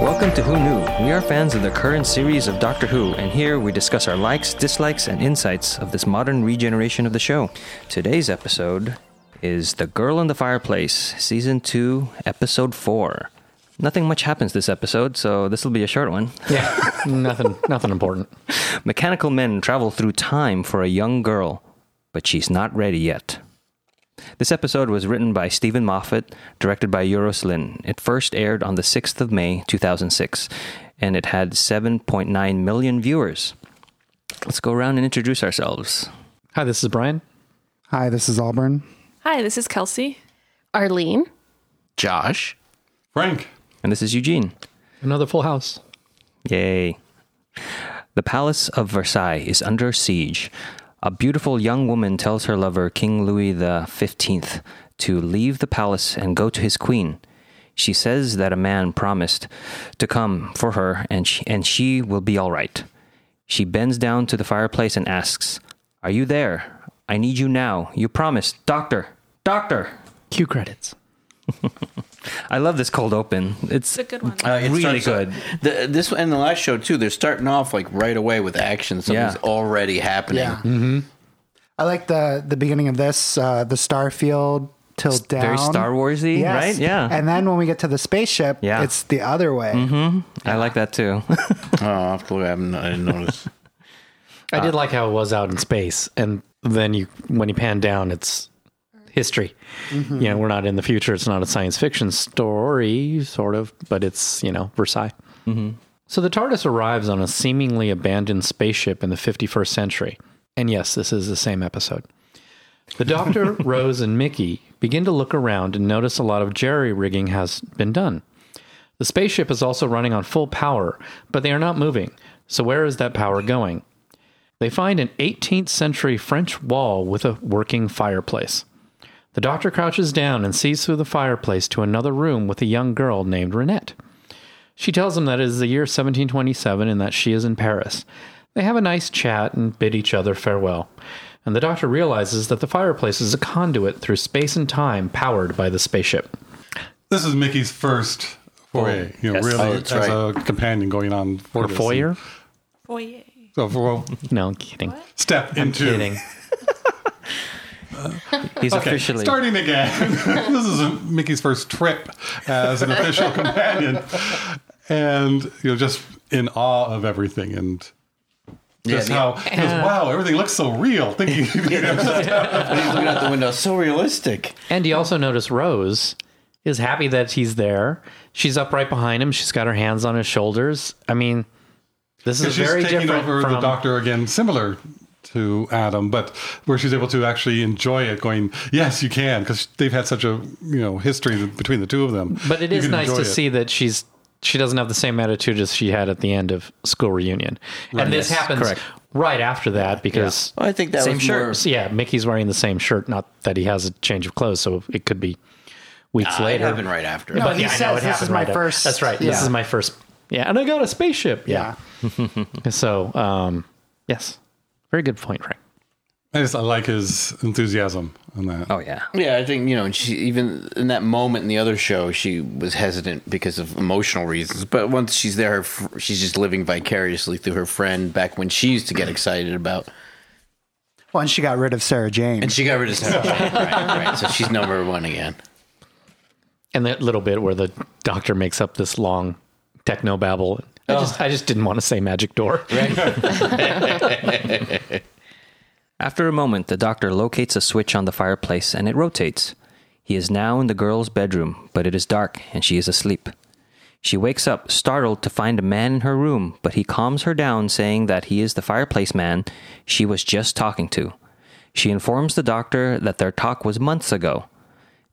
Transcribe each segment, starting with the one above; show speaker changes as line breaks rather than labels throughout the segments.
Welcome to Who Knew. We are fans of the current series of Doctor Who, and here we discuss our likes, dislikes, and insights of this modern regeneration of the show. Today's episode is The Girl in the Fireplace, Season 2, Episode 4. Nothing much happens this episode, so this will be a short one.
Yeah, nothing, nothing important.
Mechanical men travel through time for a young girl, but she's not ready yet. This episode was written by Stephen Moffat, directed by Euros Lynn. It first aired on the 6th of May 2006, and it had 7.9 million viewers. Let's go around and introduce ourselves.
Hi, this is Brian.
Hi, this is Auburn.
Hi, this is Kelsey.
Arlene.
Josh.
Frank.
And this is Eugene.
Another full house.
Yay. The Palace of Versailles is under siege. A beautiful young woman tells her lover, King Louis the Fifteenth, to leave the palace and go to his queen. She says that a man promised to come for her and she, and she will be all right. She bends down to the fireplace and asks, Are you there? I need you now. You promised. Doctor! Doctor!
Cue credits.
I love this cold open. It's,
It's a good one.
Uh, it
really
starts-
good.
The, this and the last show too. They're starting off like right away with action. Something's
Yeah.
already happening.
Yeah. Mm-hmm. I like the the beginning of this, uh, the Starfield till down.
very Star Warsy, right? Yeah.
And then when we get to the spaceship,
Yeah. Mm-hmm.
it's the other way.
I like that too.
Oh, I have to look. I, haven't, I didn't notice.
I did like how it was out in space, and then you, when you pan down, it's history. You know, we're not in the future. It's not a science fiction story, sort of, but it's you know Versailles. So the TARDIS arrives on a seemingly abandoned spaceship in the 51st century, and yes, this is the same episode. The Doctor, Rose, and Mickey begin to look around and notice a lot of jerry rigging has been done. The spaceship is also running on full power, but they are not moving. So where is that power going? They find an 18th century French wall with a working fireplace. The doctor crouches down and sees through the fireplace to another room with a young girl named Renette. She tells him that it is the year 1727 and that she is in Paris. They have a nice chat and bid each other farewell. And the doctor realizes that the fireplace is a conduit through space and time powered by the spaceship.
This is Mickey's first foray, you know,
Yes.
really
Oh,
as
that's right.
a companion going on for
Or
this.
foyer?
Foyer.
So for well,
No, I'm kidding.
step into
Kidding.
He's
Okay,
officially.
starting again. this is Mickey's first trip as an official companion, and you know, just in awe of everything and. Just
Yeah,
how, just, wow, everything looks so real. Thinking, you know,
But he's looking out the window. So realistic.
And you also notice Rose is happy that he's there. She's up right behind him. She's got her hands on his shoulders. I mean, this is
she's
very
taking
different
over
from
the doctor again, similar to Adam, but where she's able to actually enjoy it. Going, yes, you can, because they've had such a you know history between the two of them.
But it
You
is
can
nice to
enjoy it.
see that she's she doesn't have the same attitude as she had at the end of school reunion. And this
Yes,
happens
correct.
right after that because
Well, I think that
Same
was
shirt.
more-
so yeah, Mickey's wearing the same shirt. Not that he has a change of clothes, so it could be weeks
Ah, it
later.
happened right after.
No,
But
he
yeah, I know
says
it
this
happened
is my
right after.
first.
That's right.
Yeah.
This is my first. Yeah, and I got a spaceship. Yeah. so, um, yes, very good point, Frank.
I just I like his enthusiasm on that.
oh, yeah.
Yeah, I think you know. and She even in that moment in the other show, she was hesitant because of emotional reasons. But once she's there, her fr- she's just living vicariously through her friend. Back when she used to get excited about,
Once she got rid of Sarah Jane.
and she got rid of Sarah. Jane. right, right. So she's number one again.
And that little bit where the doctor makes up this long techno babble. I just, I just didn't want to say magic door.
After a moment, the doctor locates a switch on the fireplace and it rotates. He is now in the girl's bedroom, but it is dark and she is asleep. She wakes up, startled to find a man in her room, but he calms her down, saying that he is the fireplace man she was just talking to. She informs the doctor that their talk was months ago.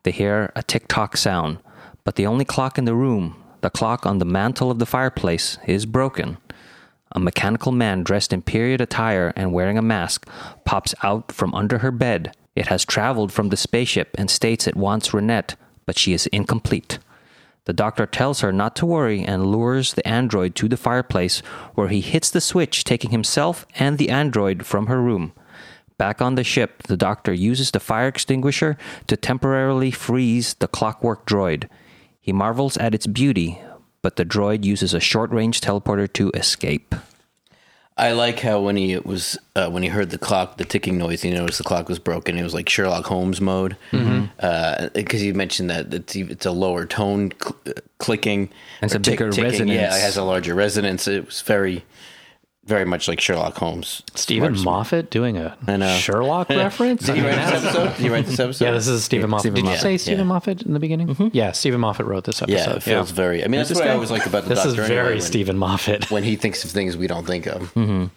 They hear a tick tock sound, but the only clock in the room, the clock on the mantel of the fireplace, is broken. A mechanical man dressed in period attire and wearing a mask pops out from under her bed. It has traveled from the spaceship and states it wants Renette, but she is incomplete. The doctor tells her not to worry and lures the android to the fireplace where he hits the switch, taking himself and the android from her room. Back on the ship, the doctor uses the fire extinguisher to temporarily freeze the clockwork droid. He marvels at its beauty, but the droid uses a short range teleporter to escape.
I like how when he was uh, when he heard the clock, the ticking noise, he noticed the clock was broken. It was like Sherlock Holmes mode because
Mm-hmm.
you mentioned that it's, ev- it's a lower tone cl- uh, clicking.
It's
or
a bigger resonance.
Yeah, it has a larger resonance. It was very, very much like Sherlock Holmes.
Stephen Moffat doing a
I know.
Sherlock reference?
Did you write this episode? Did you write this episode?
Yeah, this is Stephen Moffat.
Stephen
Did you
Moffat.
say Stephen Moffat in the beginning? Yeah, Stephen Moffat wrote this episode.
Mm-hmm. Yeah, it feels very. I mean, that's
This
what I
guy-
always like about the
This
Doctor.
is
anyway,
very
when-
Stephen Moffat.
when he thinks of things we don't think of.
And,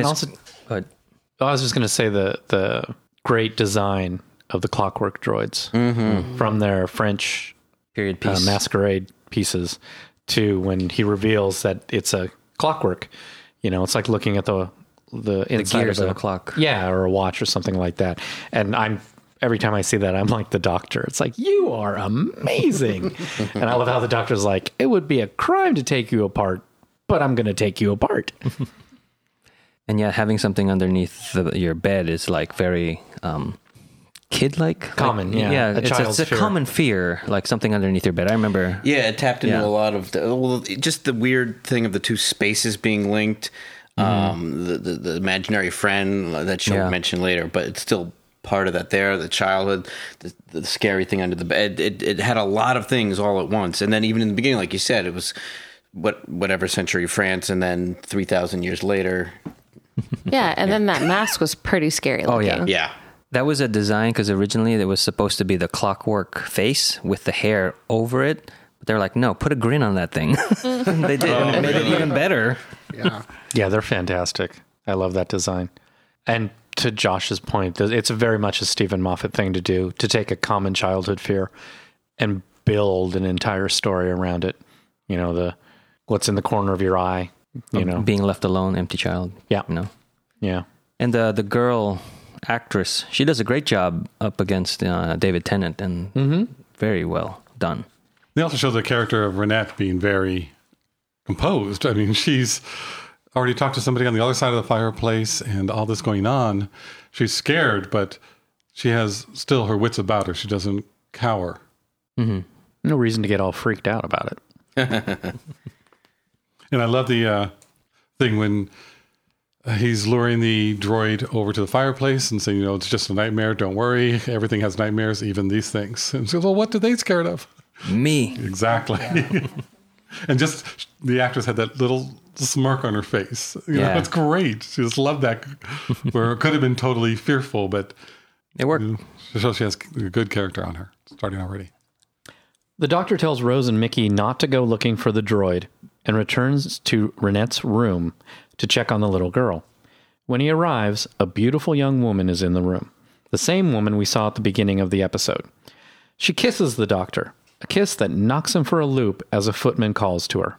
it's
also-
Go ahead.
Oh, I was just going to say the the great design of the clockwork droids
Mm-hmm.
from their French
period
uh,
piece.
masquerade pieces to when he reveals that it's a clockwork. You know, it's like looking at the the inside
gears of a clock.
yeah, or a watch or something like that. And I'm every time I see that, I'm like the doctor. It's like you are amazing, and I love how the doctor's like, it would be a crime to take you apart, but I'm going to take you apart.
and yeah, having something underneath the, your bed is like very um, kid-like, Like,
Common, yeah.
yeah.
A
it's, it's
child's
a
fear.
common fear, like something underneath your bed. I remember.
Yeah, it tapped into
Yeah.
a lot of the, well, it- just the weird thing of the two spaces being linked. Um, the, the the imaginary friend that she'll
Yeah.
mention later, but it's still part of that. There, the childhood, the, the scary thing under the bed. It, it had a lot of things all at once, and then even in the beginning, like you said, it was what whatever century France, and then three thousand years later.
Yeah, and then that mask was pretty scary
Oh,
looking.
yeah.
Yeah,
That was a design because originally it was supposed to be the clockwork face with the hair over it. But they're like, no, put a grin on that thing. And they did. and it made it even better.
Yeah.
Yeah, they're fantastic. I love that design. And to Josh's point, th- it's very much a Stephen Moffat thing to do to take a common childhood fear and build an entire story around it. You know, the what's in the corner of your eye, you know.
Being left alone, empty child.
Yeah.
You know?
Yeah.
And the, the girl actress, she does a great job up against uh, David Tennant and
Mm-hmm.
very well done.
They also show the character of Renette being very composed. I mean, she's already talked to somebody on the other side of the fireplace and all this going on. She's scared, but she has still her wits about her. She doesn't cower.
No reason to get all freaked out about it.
And I love the uh, thing when uh, he's luring the droid over to the fireplace and saying, you know, it's just a nightmare. Don't worry. Everything has nightmares, even these things. And she goes, well, what are they scared of?
Me.
Exactly. and just the actress had that little smirk on her face. You
Yeah.
know, it's great. She just loved that. Where it could have been totally fearful, but
It worked.
Mm-hmm.
so she has a good character on her starting already.
The doctor tells Rose and Mickey not to go looking for the droid and returns to Renette's room to check on the little girl. When he arrives, a beautiful young woman is in the room, the same woman we saw at the beginning of the episode. She kisses the doctor, a kiss that knocks him for a loop as a footman calls to her.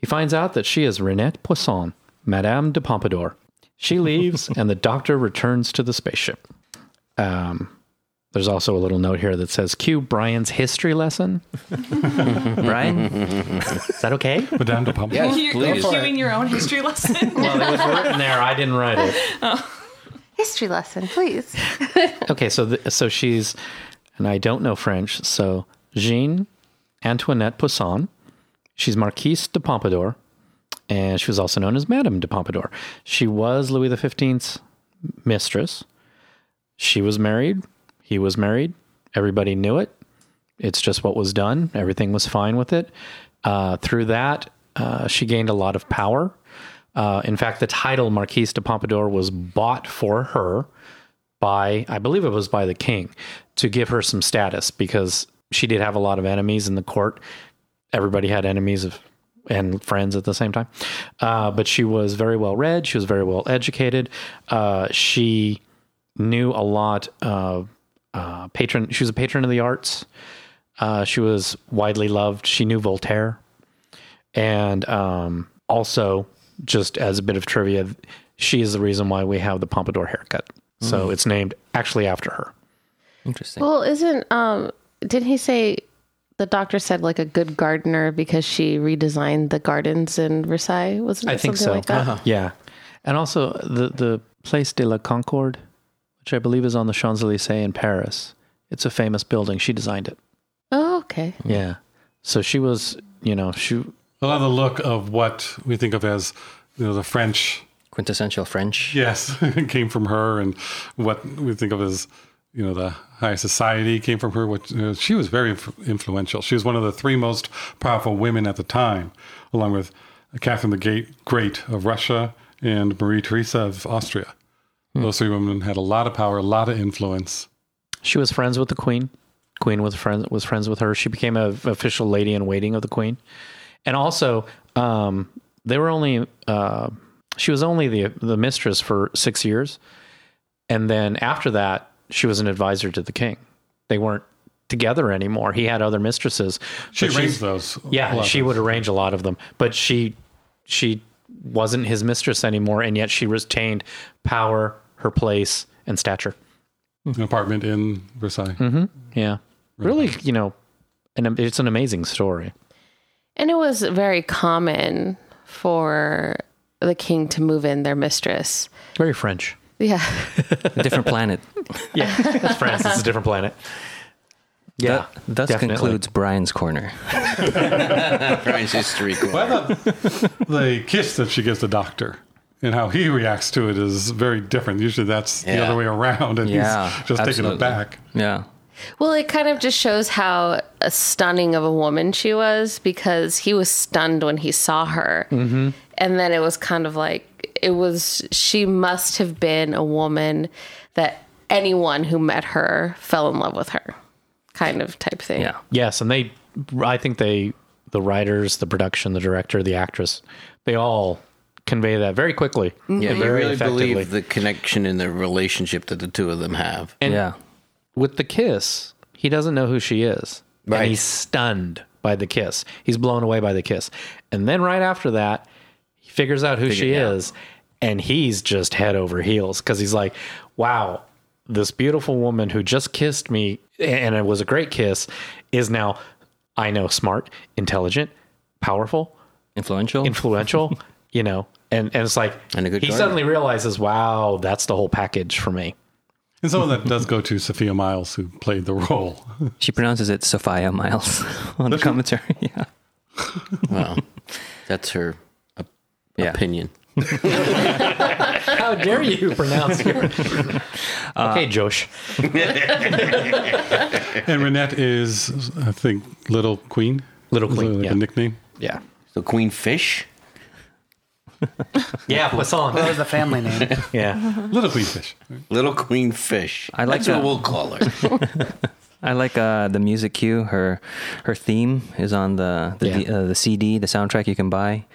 He finds out that she is Renette Poisson, Madame de Pompadour. She leaves, and the doctor returns to the spaceship. Um, there's also a little note here that says, Cue Brian's history lesson.
Brian?
Is that okay?
Madame de Pompadour.
yes,
You're
please.
doing your own history lesson.
well, it was written there. I didn't write it.
History lesson, please.
Okay, so th- so she's, and I don't know French. So Jean Antoinette Poisson. She's Marquise de Pompadour, and she was also known as Madame de Pompadour. She was Louis XV's mistress. She was married. He was married. Everybody knew it. It's just what was done. Everything was fine with it. Uh, through that, uh, she gained a lot of power. Uh, in fact, the title Marquise de Pompadour was bought for her by, I believe it was by the king, to give her some status because she did have a lot of enemies in the court. Everybody had enemies of and friends at the same time. Uh, but she was very well read. She was very well educated. Uh, she knew a lot of uh, patron. She was a patron of the arts. Uh, she was widely loved. She knew Voltaire, and um, also just as a bit of trivia, she is the reason why we have the pompadour haircut. So it's named actually after her.
Interesting.
Well, isn't um didn't he say the doctor said like a good gardener because she redesigned the gardens in Versailles? Wasn't it
I think
something
so. Uh-huh.
like that?
Yeah, and also the the Place de la Concorde, which I believe is on the Champs Elysees in Paris. It's a famous building. She designed it.
Oh, okay.
Yeah. So she was you know, shoot.
A lot of the look of what we think of as you know the French
Quintessential French.
Yes, it came from her, and what we think of as you know the high society came from her. Which you know, she was very inf- influential. She was one of the three most powerful women at the time, along with Catherine the Great, Great of Russia and Marie Theresa of Austria.
Hmm.
Those three women had a lot of power, a lot of influence.
She was friends with the queen. Queen was friends was friends with her. She became a official lady in waiting of the queen, and also um, they were only uh, she was only the the mistress for six years, and then after that she was an advisor to the king. They weren't together anymore. He had other mistresses.
She
but she's-
arranged those. a
yeah,
lot
she
of
would
those.
arrange a lot of them, but she she wasn't his mistress anymore, and yet she retained power, her place, and stature.
an apartment in Versailles.
Yeah, really, you know, and it's an amazing story.
And it was very common for the king to move in their mistress.
Very French.
Yeah.
A different planet.
Yeah, that's France. It's a different planet. Yeah,
That- thus
definitely.
concludes Brian's corner.
Brian's history. Cool.
the kiss that she gives the doctor and how he reacts to it is very different. Usually that's the
Yeah.
other way around, and
Yeah,
he's just taken
absolutely.
aback.
Yeah.
Well, it kind of just shows how uh, stunning of a woman she was because he was stunned when he saw her. Mm-hmm. And then it was kind of like, it was, she must have been a woman that anyone who met her fell in love with her, kind of type thing.
Yeah.
Yes, and they, I think they, the writers, the production, the director, the actress, they all convey that very quickly.
Yeah,
Mm-hmm. and
you
very
really
effectively.
believe the connection and the relationship that the two of them have.
And
yeah.
with the kiss, he doesn't know who she is.
Right.
And he's stunned by the kiss. He's blown away by the kiss. And then right after that, he figures out who she is and he's just head over heels because he's like, wow, this beautiful woman who just kissed me and it was a great kiss is now, I know, smart, intelligent, powerful,
Influential.
influential, you know. And, and it's like
Oh. And a good
he
gardener.
suddenly realizes, wow, that's the whole package for me.
And some of that does go to Sophia Miles, who played the role.
she pronounces it Sophia Miles on the commentary. Yeah.
Well, that's her op-
Yeah.
opinion.
How dare you pronounce your Uh, Okay, Josh.
and Renette is, I think, Little Queen.
Little
Is that
Queen,
like
yeah.
a nickname.
Yeah.
So Queen Fish.
Yeah,
That
Poisson.
was the family name.
Yeah.
Little Queen Fish.
Little Queen Fish.
I like
That's what
that.
we'll call her.
I like uh, the music cue. Her her theme is on the the,
Yeah.
uh, the CD, the soundtrack you can buy.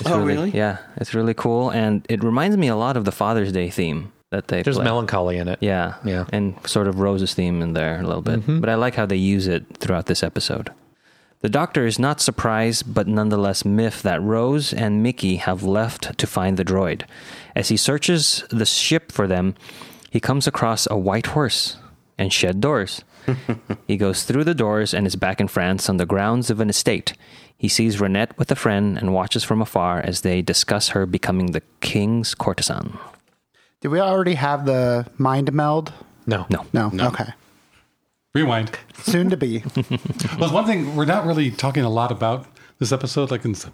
It's
Oh, really?
Yeah, it's really cool, and it reminds me a lot of the Father's Day theme that they
There's
play.
melancholy in it.
Yeah,
Yeah. Mm-hmm.
and sort of Rose's theme in there a little bit. But I like how they use it throughout this episode. The Doctor is not surprised, but nonetheless miffed that Rose and Mickey have left to find the droid. As he searches the ship for them, he comes across a white horse and shed doors. he goes through the doors and is back in France on the grounds of an estate. He sees Renette with a friend and watches from afar as they discuss her becoming the king's courtesan.
Did we already have the mind meld?
No.
No.
No. Okay.
Rewind.
Soon to be.
Well, one thing we're not really talking a lot about this episode, like in s-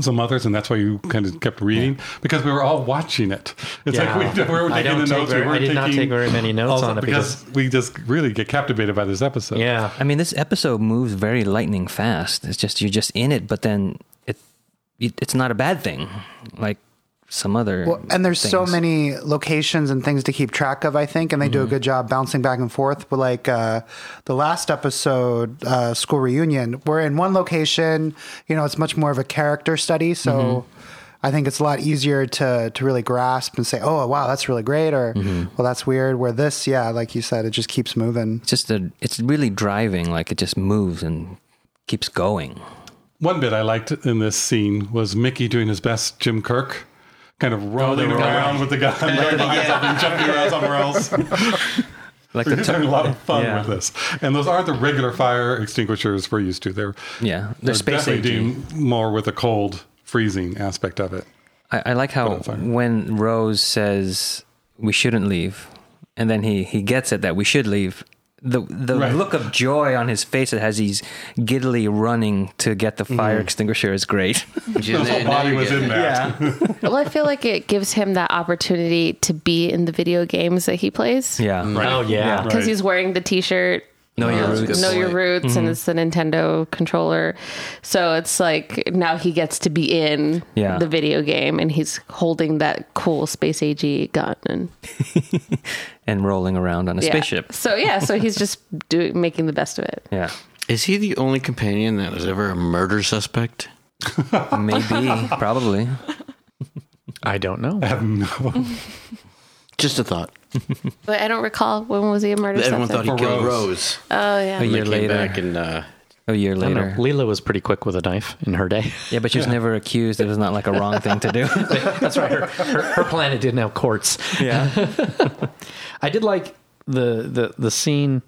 some others, and that's why you kind of kept reading because we were all watching it. It's like we, we were
I don't
taking the
take
notes.
very-
we weren't
I did not
taking-
take very many notes
Also,
on it
because, we just really get captivated by this episode.
Yeah.
I mean, this episode moves very lightning fast. It's just you're just in it, but then it, it it's not a bad thing, like some other.
Well, and there's so
things.
many locations and things to keep track of. I think, and they
Mm-hmm.
do a good job bouncing back and forth. But like uh, the last episode, uh, school reunion, we're in one location. You know, it's much more of a character study, so
Mm-hmm.
I think it's a lot easier to to really grasp and say, "Oh, wow, that's really great," or
Mm-hmm.
"Well, that's weird." Where this, yeah, like you said, it just keeps moving.
It's just a, it's really driving. Like it just moves and keeps going.
One bit I liked in this scene was Mickey doing his best Jim Kirk, kind of rolling around with the gun, like behind something, jumping around somewhere else.
Like
We're
the
having a
tu-
lot of fun
Yeah.
with this. And those aren't the regular fire extinguishers we're used to. They're
yeah,
they're
there's space
definitely
safety.
doing more with the cold freezing aspect of it.
I, I like how
on fire.
when Rose says we shouldn't leave, and then he he gets it that we should leave, the the
Right.
look of joy on his face as he's giddily running to get the
Mm-hmm.
fire extinguisher is great.
His whole body was in that.
well, I feel like it gives him that opportunity to be in the video games that he plays.
yeah.
Oh yeah.
Because
Right.
he's wearing the t shirt.
Know your
that's a
roots. mm-hmm.
good
Uh, Know your
point.
roots, and it's the Nintendo controller. So it's like now he gets to be in
Yeah.
the video game, and he's holding that cool Space AG gun and
and rolling around on a
yeah.
spaceship.
So yeah, so he's just doing making the best of it.
Yeah.
Is he the only companion that is ever a murder suspect?
Maybe, probably.
I don't know.
Just a thought.
But I don't recall when was he a murder
Everyone
suspect?
thought he
For
killed
Rose.
Rose.
oh yeah,
A year
Came
later.
back and uh,
A year
I don't
later.
know. Leela was pretty quick with a knife in her day.
Yeah, but she was never accused. It was not like a wrong thing to do.
That's right. Her, her, her planet didn't have courts.
yeah.
I did like the the the scene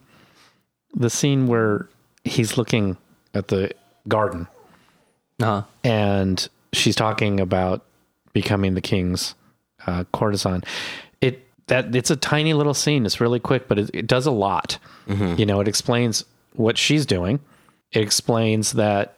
the scene where he's looking at the garden
Uh-huh.
and she's talking about becoming the king's uh, courtesan. It that it's a tiny little scene. It's really quick, but it, it does a lot.
Mm-hmm.
You know, it explains what she's doing. It explains that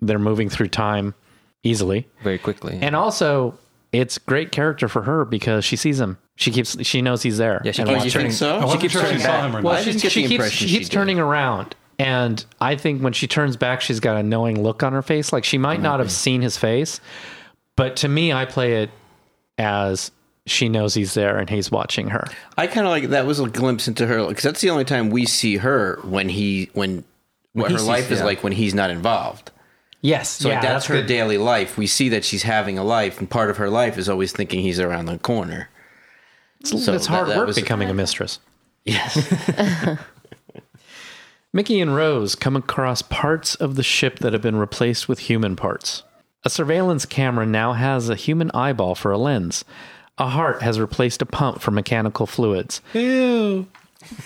they're moving through time easily.
Very quickly.
And also, it's great character for her because she sees him. She keeps. She knows he's there.
Yeah, she
and
keeps-
wants
you
to-
turning-
Oh, so?
I wasn't sure if she saw him or
Well,
not.
I didn't
she's-
get
she
the
keeps,
impression
she keeps
she did.
turning around, and I think when she turns back, she's got a knowing look on her face. Like she might not
Mm-hmm.
have seen his face, but to me, I play it as she knows he's there and he's watching her.
I kind of like that was a glimpse into her because that's the only time we see her when he when what
he
her
sees-
life is
yeah.
like when he's not involved.
Yes,
So like, that's, her daily life. We see that she's having a life, and part of her life is always thinking he's around the corner.
It's,
so
it's
that-
hard
that
work
was-
becoming a mistress.
Yes,
Mickey and Rose come across parts of the ship that have been replaced with human parts. A surveillance camera now has a human eyeball for a lens. A heart has replaced a pump for mechanical fluids. Ew.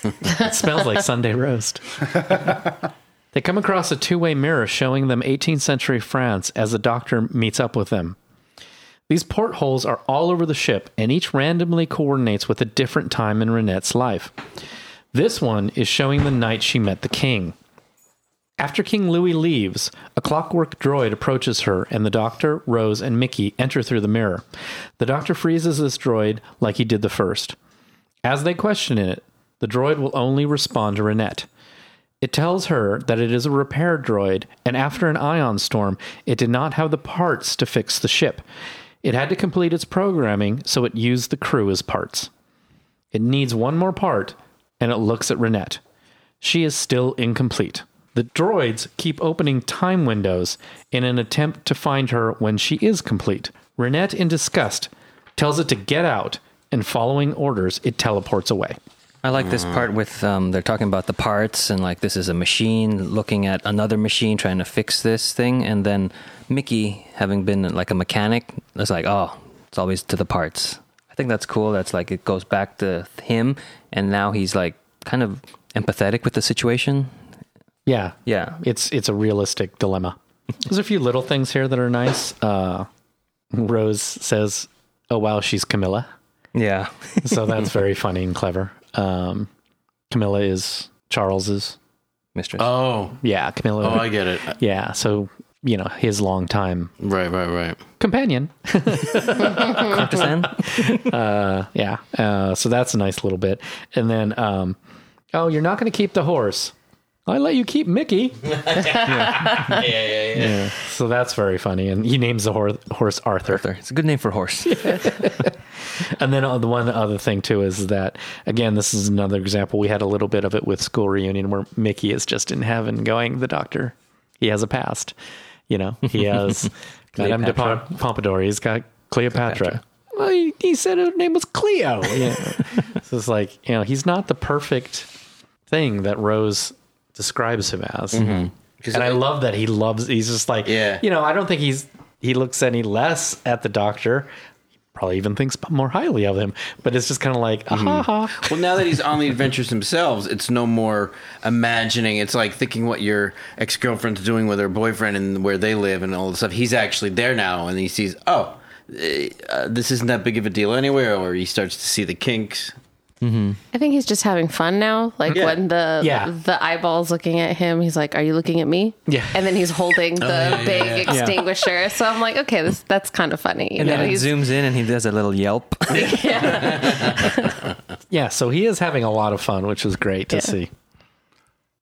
it smells like Sunday roast. they come across a two way mirror showing them 18th century France as the doctor meets up with them. These portholes are all over the ship, and each randomly coordinates with a different time in Renette's life. This one is showing the night she met the king. After King Louis leaves, a clockwork droid approaches her, and the doctor, Rose, and Mickey enter through the mirror. The doctor freezes this droid like he did the first. As they question it, the droid will only respond to Renette. It tells her that it is a repair droid, and after an ion storm, it did not have the parts to fix the ship. It had to complete its programming, so it used the crew as parts. It needs one more part, and it looks at Renette. She is still incomplete. The droids keep opening time windows in an attempt to find her when she is complete. Renette, in disgust, tells it to get out, and following orders, it teleports away.
I like this part with um, they're talking about the parts and like this is a machine looking at another machine trying to fix this thing, and then Mickey, having been like a mechanic, is like, oh, it's always to the parts. I think that's cool. That's like it goes back to him, and now he's like kind of empathetic with the situation.
Yeah.
Yeah.
It's it's a realistic dilemma. There's a few little things here that are nice. Uh, Rose says, "Oh wow, she's Camilla."
Yeah,
So that's very funny and clever. Um, Camilla is Charles's.
mistress.
Uh,
Oh,
Yeah, Camilla.
oh, I get it.
yeah, so you know, his longtime
Right, right, right.
companion.
Understand?
yeah. Uh, so that's a nice little bit. And then, um, oh, you're not going to keep the horse. I let you keep Mickey. yeah. Yeah, yeah, yeah, So that's very funny. And he names the hor- horse Arthur.
It's a good name for a horse.
And then uh, the one other thing too is that again, this is another example. We had a little bit of it with school reunion where Mickey is just in heaven, going the doctor. He has a past, you know. He has Madame de Pom- Pompadour. He's got Cleopatra. Well, he, he said her name was Cleo. Yeah. so it's like you know, he's not the perfect thing that Rose describes him as. And I love that he loves. He's just like,
Yeah.
You know, I don't think he's he looks any less at the doctor probably even thinks more highly of him. But it's just kind of like, ah, ha, ha.
Well, now that he's on the adventures themselves, it's no more imagining. It's like thinking what your ex girlfriend's doing with her boyfriend and where they live and all the stuff. He's actually there now, and he sees, oh, eh, uh, this isn't that big of a deal anyway. Or he starts to see the kinks.
I think he's just having fun now. Like
Yeah.
when the
Yeah.
the eyeballs looking at him, he's like, "Are you looking at me?"
Yeah.
and then he's holding
Oh,
the big extinguisher. So I'm like, okay, this that's kind of funny. You
And
know,
then it
he's,
zooms in and he does a little yelp.
Yeah, so he is having a lot of fun, which is great to see.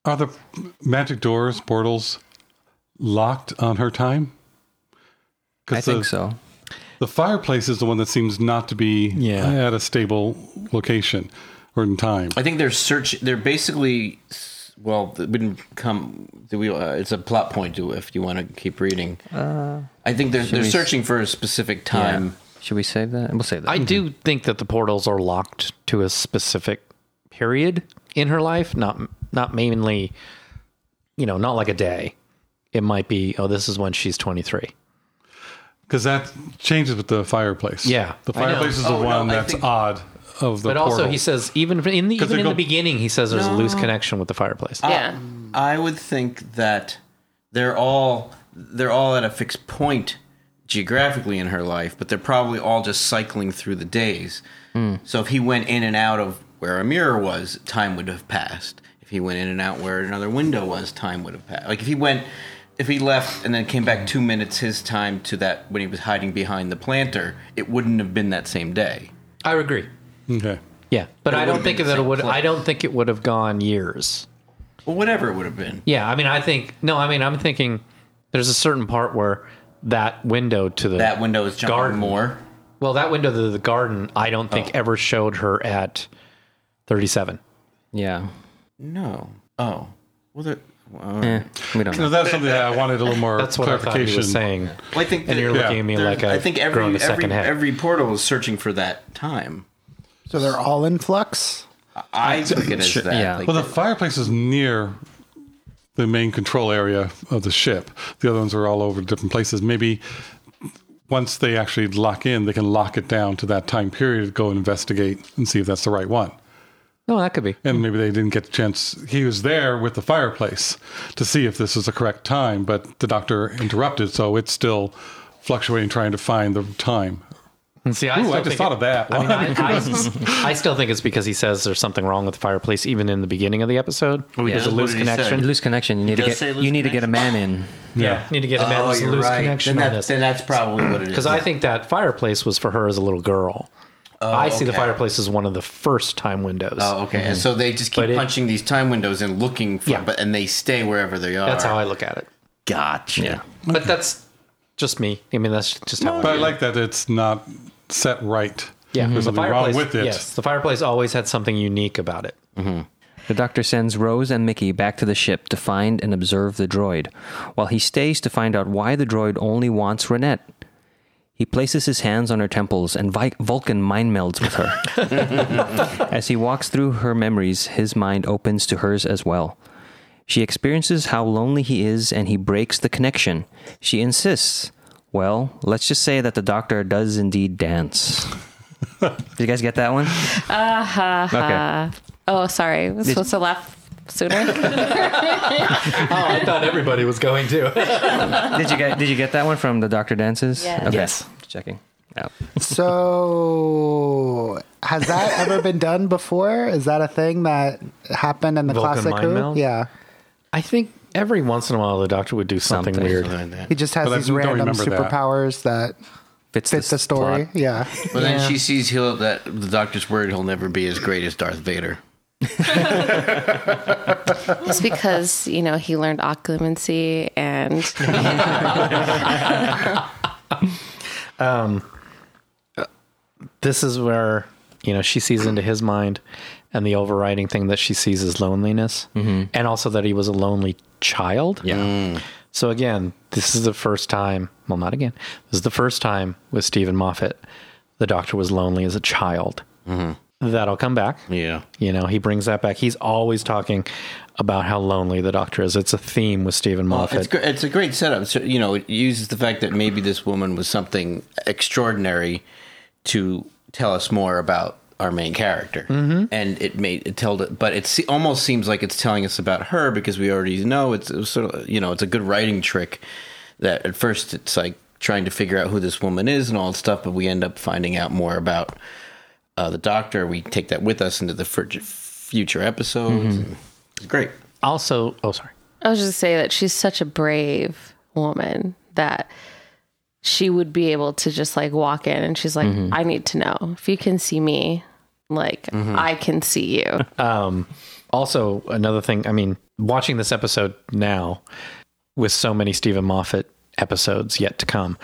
Are the magic doors, portals locked on her time? 'Cause
I think
the-
so.
The fireplace is the one that seems not to be
Yeah.
at a stable location or in time.
I think they're search. They're basically s- well. It wouldn't come. Do we? Uh, it's a plot point. Do if you want to keep reading. I think they're they're
Uh, we s-
searching for a specific time.
Should we save that? We'll save that.
I do think that the portals are locked to a specific period in her life, not not mainly, you know, not like a day. It might be, oh, this is when she's 23.
Because that changes with the fireplace.
Yeah,
The
I know.
fireplace is the
Oh,
one
no, I
that's
think-
odd of the
But also,
portal.
he says even in the
'Cause
even
they
in
go-
the beginning, he says there's a loose connection with the fireplace.
yeah,
I would think that they're all they're all at a fixed point geographically in her life, but they're probably all just cycling through the days. So if he went in and out of where a mirror was, time would have passed. If he went in and out where another window was, time would have passed. Like if he went if he left and then came back 2 minutes his time to that when he was hiding behind the planter, it wouldn't have been that same day.
I agree.
okay.
Yeah, but I
would've
don't think
been the
that it
same
would.
place.
I don't think it would have gone years.
Well, whatever it would have been.
Yeah, I mean, I think no. I mean, I'm thinking there's a certain part where that window to the
That window is jumping
Garden.
more.
Well, that window to the garden, I don't
Oh.
think ever showed her at 37.
Yeah.
No. Oh. Well, there, well,
Eh, we don't
No,
know.
that's something that I wanted a little more
That's what I thought
clarification.
he was saying.
Well, I think
And
that-
you're looking at me
There's-
like I've
I think every
grown a
every
second head.
every portal is searching for that time.
So they're all in flux.
I took it as that.
yeah.
Like,
Well, the fireplace is near the main control area of the ship. The other ones are all over different places. Maybe once they actually lock in, they can lock it down to that time period, go and investigate and see if that's the right one.
No, that could be.
And maybe they didn't get the chance. He was there with the fireplace to see if this is the correct time, but the doctor interrupted, so it's still fluctuating, trying to find the time.
And see, I,
Ooh,
still
I just
think
thought
it-
of that.
I, mean, I, I, I still think it's because he says there's something wrong with the fireplace, even in the beginning of the episode.
Oh,
There's a
What
loose
did he say?
connection.
Loose connection. You need to
does
get
say
you
loose
need to get a man in.
Yeah, need to get a man who's a loose connection
oh, Then,
on
that-
this.
then that's probably what it is.
Because I think that fireplace was for her as a little girl. I see the
okay.
fireplace as one of the first time windows.
Oh, okay. And so they just keep
Mm-hmm. But it-
punching these time windows and looking for,
Yeah.
but and they stay wherever they are.
That's how I look at it.
gotcha.
But that's just me. I mean, that's just how I
But I like that it's not set right.
Oh, Yeah, Hmm.
There's
the
something wrong
fireplace-
with it.
Yes, the fireplace always had something unique about it.
The doctor sends Rose and Mickey back to the ship to find and observe the droid, while he stays to find out why the droid only wants Renette. He places his hands on her temples and Vi- Vulcan mind melds with her. as he walks through her memories, his mind opens to hers as well. She experiences how lonely he is and he breaks the connection. She insists. Well, let's just say that the doctor does indeed dance. Did you guys get that one?
Uh, oh, sorry, I was supposed to laugh sooner.
I thought everybody was going to.
did you get did you get that one from the Doctor Dances?
Yes.
Okay.
Yes.
Checking. Yeah.
So has that ever been done before? Is that a thing that happened in the
Vulcan
classic
mind
Who?
meld?
Yeah.
I think every once in a while the doctor would do something,
Something.
weird.
Something like that.
He just has
But I
these
don't
random
remember that.
superpowers that,
Fits
fit the story.
plot.
Yeah.
But then she sees he'll that the doctor's worried he'll never be as great as Darth Vader.
It's because you know he learned occlumency and
This is where you know she sees into his mind, and the overriding thing that she sees is loneliness, and also that he was a lonely child.
Yeah.
Mm.
So again, this is the first time. Well, not again. This is the first time with Stephen Moffat, the doctor was lonely as a child. That'll come back.
Mm-hmm. Yeah.
You know, he brings that back. He's always talking about how lonely the doctor is. It's a theme with Stephen Moffat.
It's, gr- it's a great setup. So, you know, it uses the fact that maybe this woman was something extraordinary to tell us more about our main character, and it made it told it, but it se- almost seems like it's telling us about her because we already know it's, it was sort of you know it's a good writing trick that at first it's like trying to figure out who this woman is and all that stuff, but we end up finding out more about uh, the doctor. We take that with us into the fur- future episodes. It's great.
Also, oh sorry.
I was just saying that she's such a brave woman that she would be able to just like walk in and she's like,
Mm-hmm.
I need to know if you can see me, like
Mm-hmm.
I can see you.
Also, another thing. I mean, watching this episode now, with so many Stephen Moffat episodes yet to come,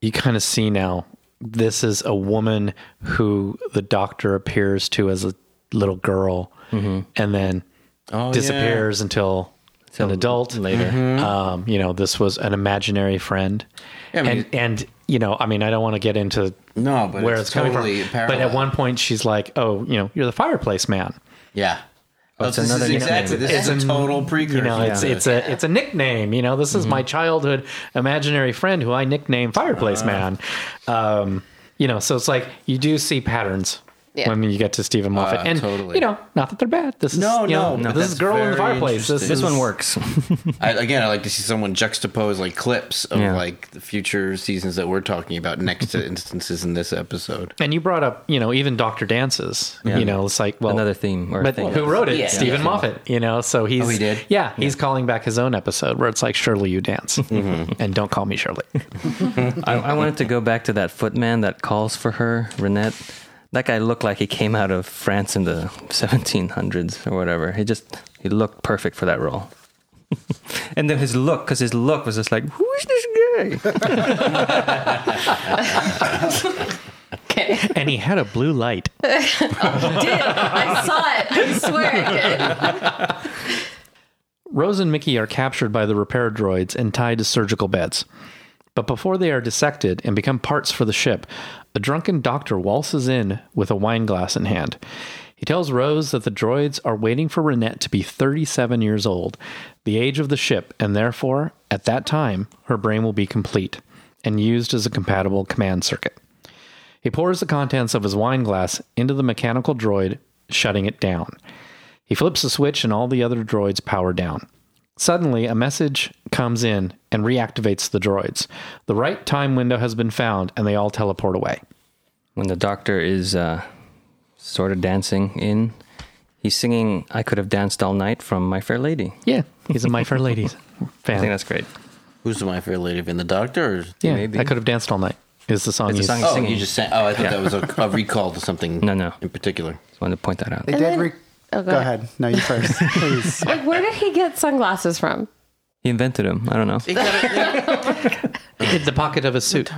you kind of see now this is a woman who the doctor appears to as a little girl, and then
Mm-hmm. Oh,
disappears until. An adult
later.
Um, you know, this was an imaginary friend,
Mm-hmm. I mean-
and and you know, I mean, I don't want to get into
No, but
where
it's
it's, coming
totally
from,
parallel.
but at one point she's like, "Oh, you know, you're the fireplace man."
Yeah.
Oh,
it's
this
another
is exactly. This is a total precursor.
You know, it's
to-
it's a it's a nickname. You know, this is my childhood imaginary friend who I nicknamed Fireplace Man. Um, you know, so it's like you do see patterns
Yeah.
when you get to Stephen Moffat,
Uh,
and
totally.
you know, not that they're bad. This is
No,
you know,
no, but
this is
that's
Girl in the
very
Fireplace. This,
interesting.
is
This one works.
I, again, I like to see someone juxtapose like clips of
Yeah.
like the future seasons that we're talking about next to instances in this episode.
and you brought up, you know, even Doctor Dances. You know, it's like well,
Another theme or
But
thing.
who wrote it?
Yeah.
Stephen
Yeah.
Moffat. You know, so he's
Oh, he did?
Yeah, he's calling back his own episode where it's like Shirley, you dance, and don't call me Shirley.
I, I wanted to go back to that footman that calls for her, Renette. That guy looked like he came out of France in the 1700s or whatever. He just he looked perfect for that role. and then his look, because his look was just like, who is this guy?
Okay.
and he had a blue light.
did. I saw it. I swear I did.
Rose and Mickey are captured by the repair droids and tied to surgical beds. But before they are dissected and become parts for the ship, a drunken doctor waltzes in with a wine glass in hand. He tells Rose that the droids are waiting for Renette to be 37 years old, the age of the ship, and therefore, at that time, her brain will be complete and used as a compatible command circuit. He pours the contents of his wine glass into the mechanical droid, shutting it down. He flips the switch and all the other droids power down. Suddenly, a message comes in and reactivates the droids. The right time window has been found and they all teleport away.
When the doctor is uh, sort of dancing in, he's singing I Could Have Danced All Night from My Fair Lady.
Yeah, he's a My Fair Lady fan.
I think that's great.
Who's the My Fair Lady in the Doctor? Or?
yeah,
maybe.
I could have danced all night. Is the song?
It's a
he's-
song
Oh,
singing.
you just said. Oh, I thought that was a, a recall to something.
No, no.
in particular.
Just wanted to point that out.
They did.
then-
re-
Oh,
go ahead. No, you first, please.
Like, where did he get sunglasses from?
He invented him. I don't know.
Hid the pocket of his suit.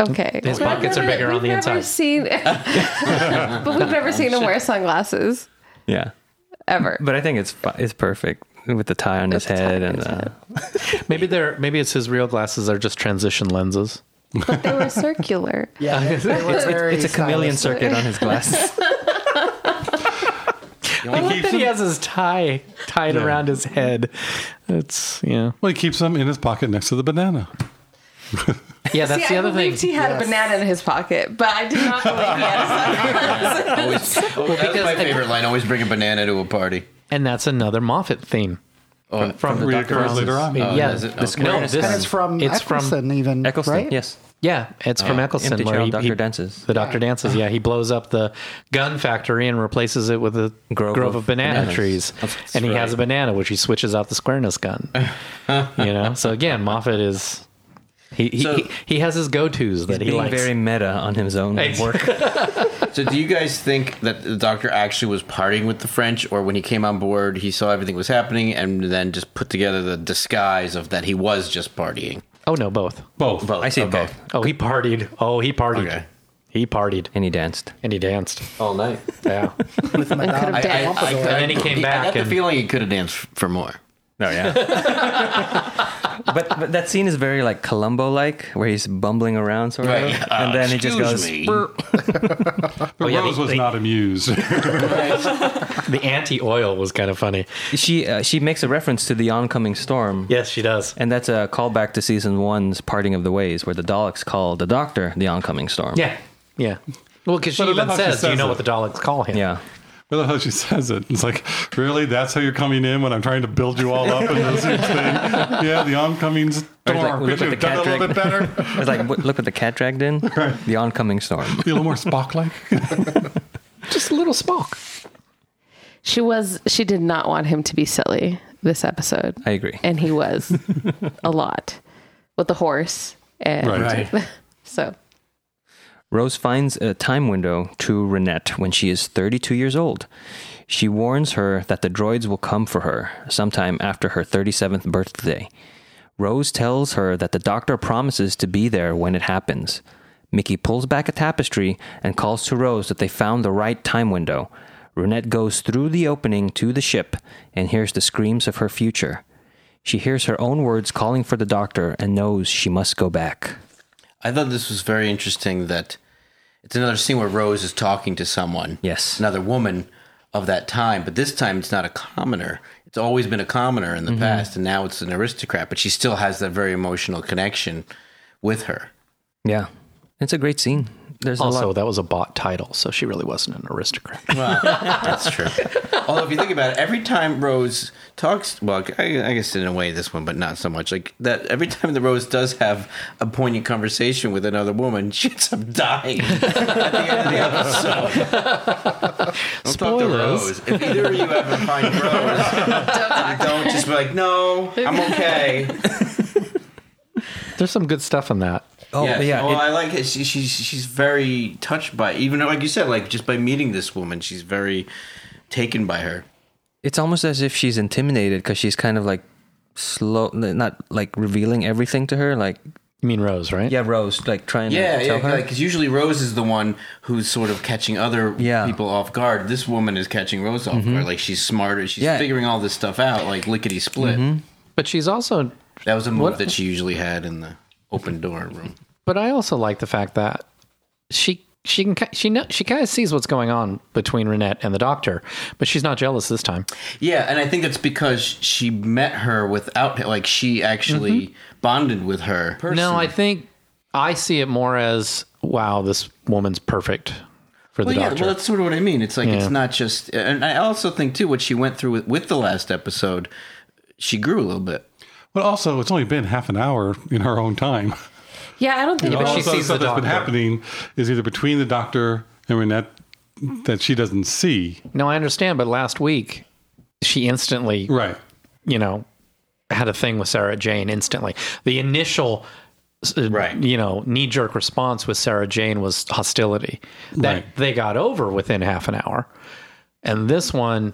Okay.
His pockets are bigger
we've
on the
never
inside.
Seen, but we've never seen him wear sunglasses
Yeah.
ever.
But I think it's fi- it's perfect with the tie on his
the tie
head
on
and
his
uh,
Maybe they're maybe it's his real glasses are just transition lenses.
But they were circular.
Yeah, they were very
it's a chameleon
stylish.
circuit on his glasses.
I like that he has his tie tied around his head. It's yeah,
Well, he keeps them in his pocket next to the banana.
yeah. That's
See,
the
I
other thing.
believed he had a banana in his pocket, but I did not believe he had a sunglasses.
Always, that's my favorite line. Always bring a banana to a party.
And that's another Moffat theme.
Oh,
from
Reoccurs later on.
Yeah,
Oh,
does it? Okay.
no,
And
this,
And it's from
it's
Eccleston,
from
even
Eccleston,
right?
yes.
yeah, it's from Eccleston.
Empty
where
Child
he-
Doctor
he-
Dances.
The Doctor dances. Yeah, he blows up the gun factory and replaces it with a grove,
Grove
of,
of
banana
bananas.
trees.
That's
and he
right.
has a banana, which he switches out the squareness gun. you know, so again, Moffat is he he,
So-
he, he has his go tos that he
Being
likes.
very meta on his own
Ex-
work.
So, do you guys think that the doctor actually was partying with the French, or when he came on board, he saw everything was happening and then just put together the disguise of that he was just partying?
oh no, both.
Both.
I see both.
Oh, he partied. Oh, he partied.
Okay.
He partied
And he danced.
and he danced.
all night.
Yeah,
Could have danced.
And then he came
I
back
got the
and-
feeling he could have danced for more.
No, yeah. but, but that scene is very like Columbo like, where he's bumbling around sort of,
Right.
and
Uh,
then he just
excuse
goes.
me.
"Burp." Oh,
But
yeah,
Rose
they-
was
they-
not amused.
the anti oil was kind of funny.
She uh, she makes a reference to the oncoming storm.
Yes, she does.
And that's a callback to season one's Parting of the Ways, where the Daleks call the Doctor the oncoming storm.
Yeah, yeah. Well, because she
But I
even
love how she
says, "Do you
says
know
it."
what the Daleks call him?"
Yeah.
I love how she says it. It's like, really? That's how you're coming in when I'm trying to build you all up in this huge thing? Yeah, the oncoming storm.
like,
Could
look
you
at the
have done it a
cat
little bit better?
It's like, what- look what the cat dragged in. The oncoming storm.
Be a little more Spock-like.
Just a little Spock.
She was. She did not want him to be silly this episode,
I agree.
and he was a lot with the horse. And
Right.
so
Rose finds a time window to Renette when she is 32 years old. She warns her that the droids will come for her sometime after her 37th birthday. Rose tells her that the doctor promises to be there when it happens. Mickey pulls back a tapestry and calls to Rose that they found the right time window. Renette goes through the opening to the ship and hears the screams of her future. She hears her own words calling for the doctor and knows she must go back.
I thought this was very interesting that it's another scene where Rose is talking to someone.
Yes.
Another woman of that time, but this time it's not a commoner. It's always been a commoner in the past and now it's an aristocrat, but she still has that very emotional connection with her.
Yeah. It's a great scene. There's a
Also,
lot.
that was a bot title, so she really wasn't an aristocrat.
That's true. Although, if you think about it, every time Rose talks, well, I, I guess in a way this one, but not so much. Like that, every time the Rose does have a poignant conversation with another woman, she ends up dying at the end of the episode. Don't talk to
Spoilers.
Rose. If either of you ever find Rose, don't just be like, no, I'm okay.
There's some good stuff in that.
Oh,
yeah,
yeah.
Well,
it-
I like it. She, she's she's very touched by even like you said, like just by meeting this woman, she's very taken by her.
it's almost as if she's intimidated because she's kind of like slow, not like revealing everything to her. Like,
You mean Rose, right?
yeah, Rose, like trying
Yeah,
to tell
yeah,
her.
like 'cause usually Rose is the one who's sort of catching other
Yeah.
people off guard. This woman is catching Rose off guard. Like she's smarter. She's
Yeah.
figuring all this stuff out. Like lickety split.
But she's also
That was a move
What-
that she usually had in the open door room.
But I also like the fact that she she can ki- she know she kind of sees what's going on between Renette and the doctor, but she's not jealous this time.
Yeah, and I think it's because she met her without like she actually bonded with her.
No, I think I see it more as wow, this woman's perfect for the
Well, yeah,
doctor.
well, that's sort of what I mean. It's like
Yeah.
it's not just, and I also think too what she went through with, with the last episode. She grew a little bit.
But also, it's only been half an hour in her own time.
yeah, I don't think.
And
but
all
she
this other
sees
stuff
the
that's been
doctor.
happening is either between the doctor and Renette that she doesn't see.
no, I understand, but last week she instantly
Right.
you know had a thing with Sarah Jane instantly. The initial uh,
Right.
you know knee jerk response with Sarah Jane was hostility that
Right.
they got over within half an hour, and this one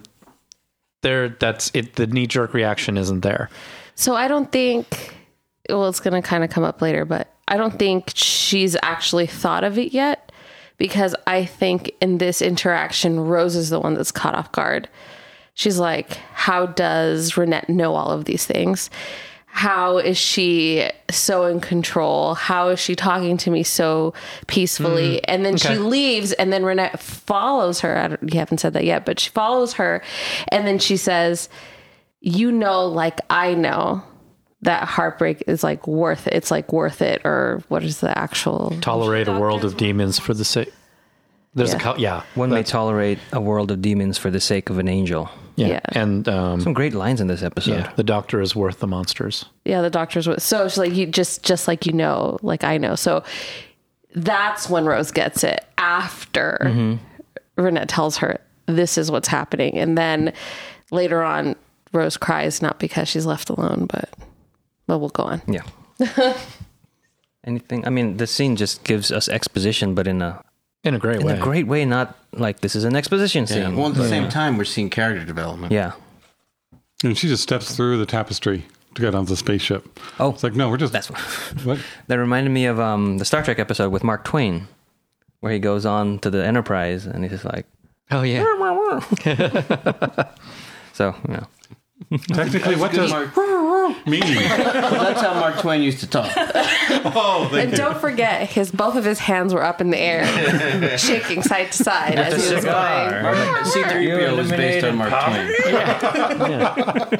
there that's it. The knee jerk reaction isn't there.
So I don't think. Well, it's going to kind of come up later, but I don't think she's actually thought of it yet because I think in this interaction, Rose is the one that's caught off guard. She's like, How does Renette know all of these things? How is she so in control? How is she talking to me so peacefully? and then she
okay.
leaves, and then Renette follows her. I don't, you haven't said that yet, but she follows her. And then she says, you know, like I know that heartbreak is like worth it. It's like worth it, or what is the actual?
Tolerate a world of demons for the sake. There's
Yeah.
a cou- yeah
One may tolerate a world of demons for the sake of an angel.
yeah,
Yeah.
and um,
Some great lines in this episode.
yeah, the doctor is worth the monsters.
Yeah, the doctor's. wa- So she's like, you just, just like you know, like I know. So that's when Rose gets it after Renette tells her this is what's happening, and then later on, Rose cries not because she's left alone, but but we'll go on.
Yeah. Anything? I mean, this scene just gives us exposition, but in a
In a great
in
way.
a great way. Not like this is an exposition
Yeah.
scene.
Well, at the same time, we're seeing character development.
yeah.
And she just steps through the tapestry to get onto the spaceship.
Oh.
It's like, no, we're just.
That's
what?
that reminded me of um, the Star Trek episode with Mark Twain, where he goes on to the Enterprise and he's just like,
oh yeah.
so you know.
Technically, what does
Mark-
mean?
That's how Mark Twain used to talk.
Oh, thank
And don't forget, his both of his hands were up in the air, shaking side to side as he was going.
C-3PO was based on Mark Twain.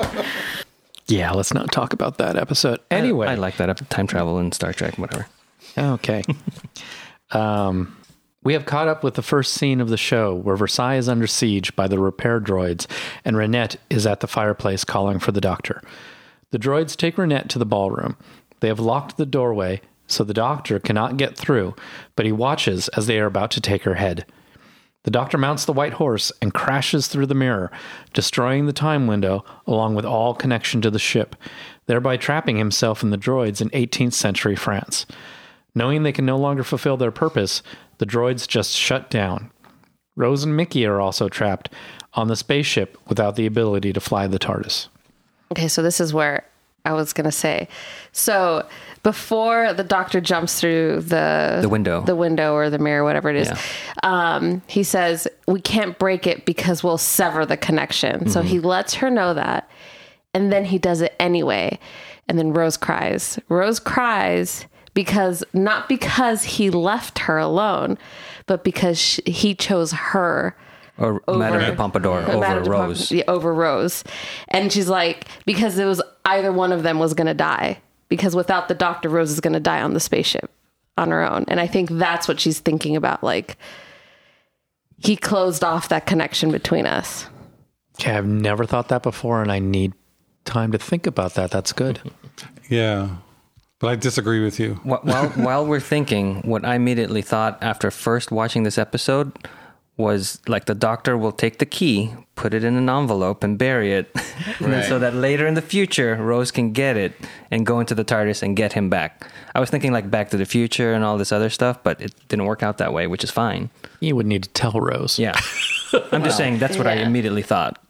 Yeah, let's not talk about that episode. Anyway,
I like that uh, time travel in Star Trek, whatever.
Okay. um, We have caught up with the first scene of the show where Versailles is under siege by the repair droids, and Renette is at the fireplace calling for the doctor. The droids take Renette to the ballroom. They have locked the doorway, so the doctor cannot get through, but he watches as they are about to take her head. The doctor mounts the white horse and crashes through the mirror, destroying the time window along with all connection to the ship, thereby trapping himself and the droids in 18th century France. Knowing they can no longer fulfill their purpose, the droids just shut down. Rose and Mickey are also trapped on the spaceship without the ability to fly the TARDIS.
Okay, so this is where I was gonna say. So before the doctor jumps through the
The window.
the window or the mirror, whatever it is,
Yeah.
um, he says we can't break it because we'll sever the connection. So he lets her know that, and then he does it anyway. And then Rose cries. Rose cries because not because he left her alone, but because sh he chose her
Or Madame de Pompadour
the
over
Madame de Pomp-
Rose.
yeah, over Rose. And she's like, because it was either one of them was going to die. Because without the doctor, Rose is going to die on the spaceship on her own. And I think that's what she's thinking about. Like, he closed off that connection between us.
Okay, I've never thought that before, and I need time to think about that. That's good.
Yeah. But I disagree with you.
Wh- while while we're thinking, what I immediately thought after first watching this episode was like the doctor will take the key, put it in an envelope, and bury it, And then so that later in the future Rose can get it and go into the TARDIS and get him back. I was thinking like Back to the Future and all this other stuff, but it didn't work out that way, which is fine.
you would need to tell Rose.
Yeah, I'm just saying that's what I immediately thought.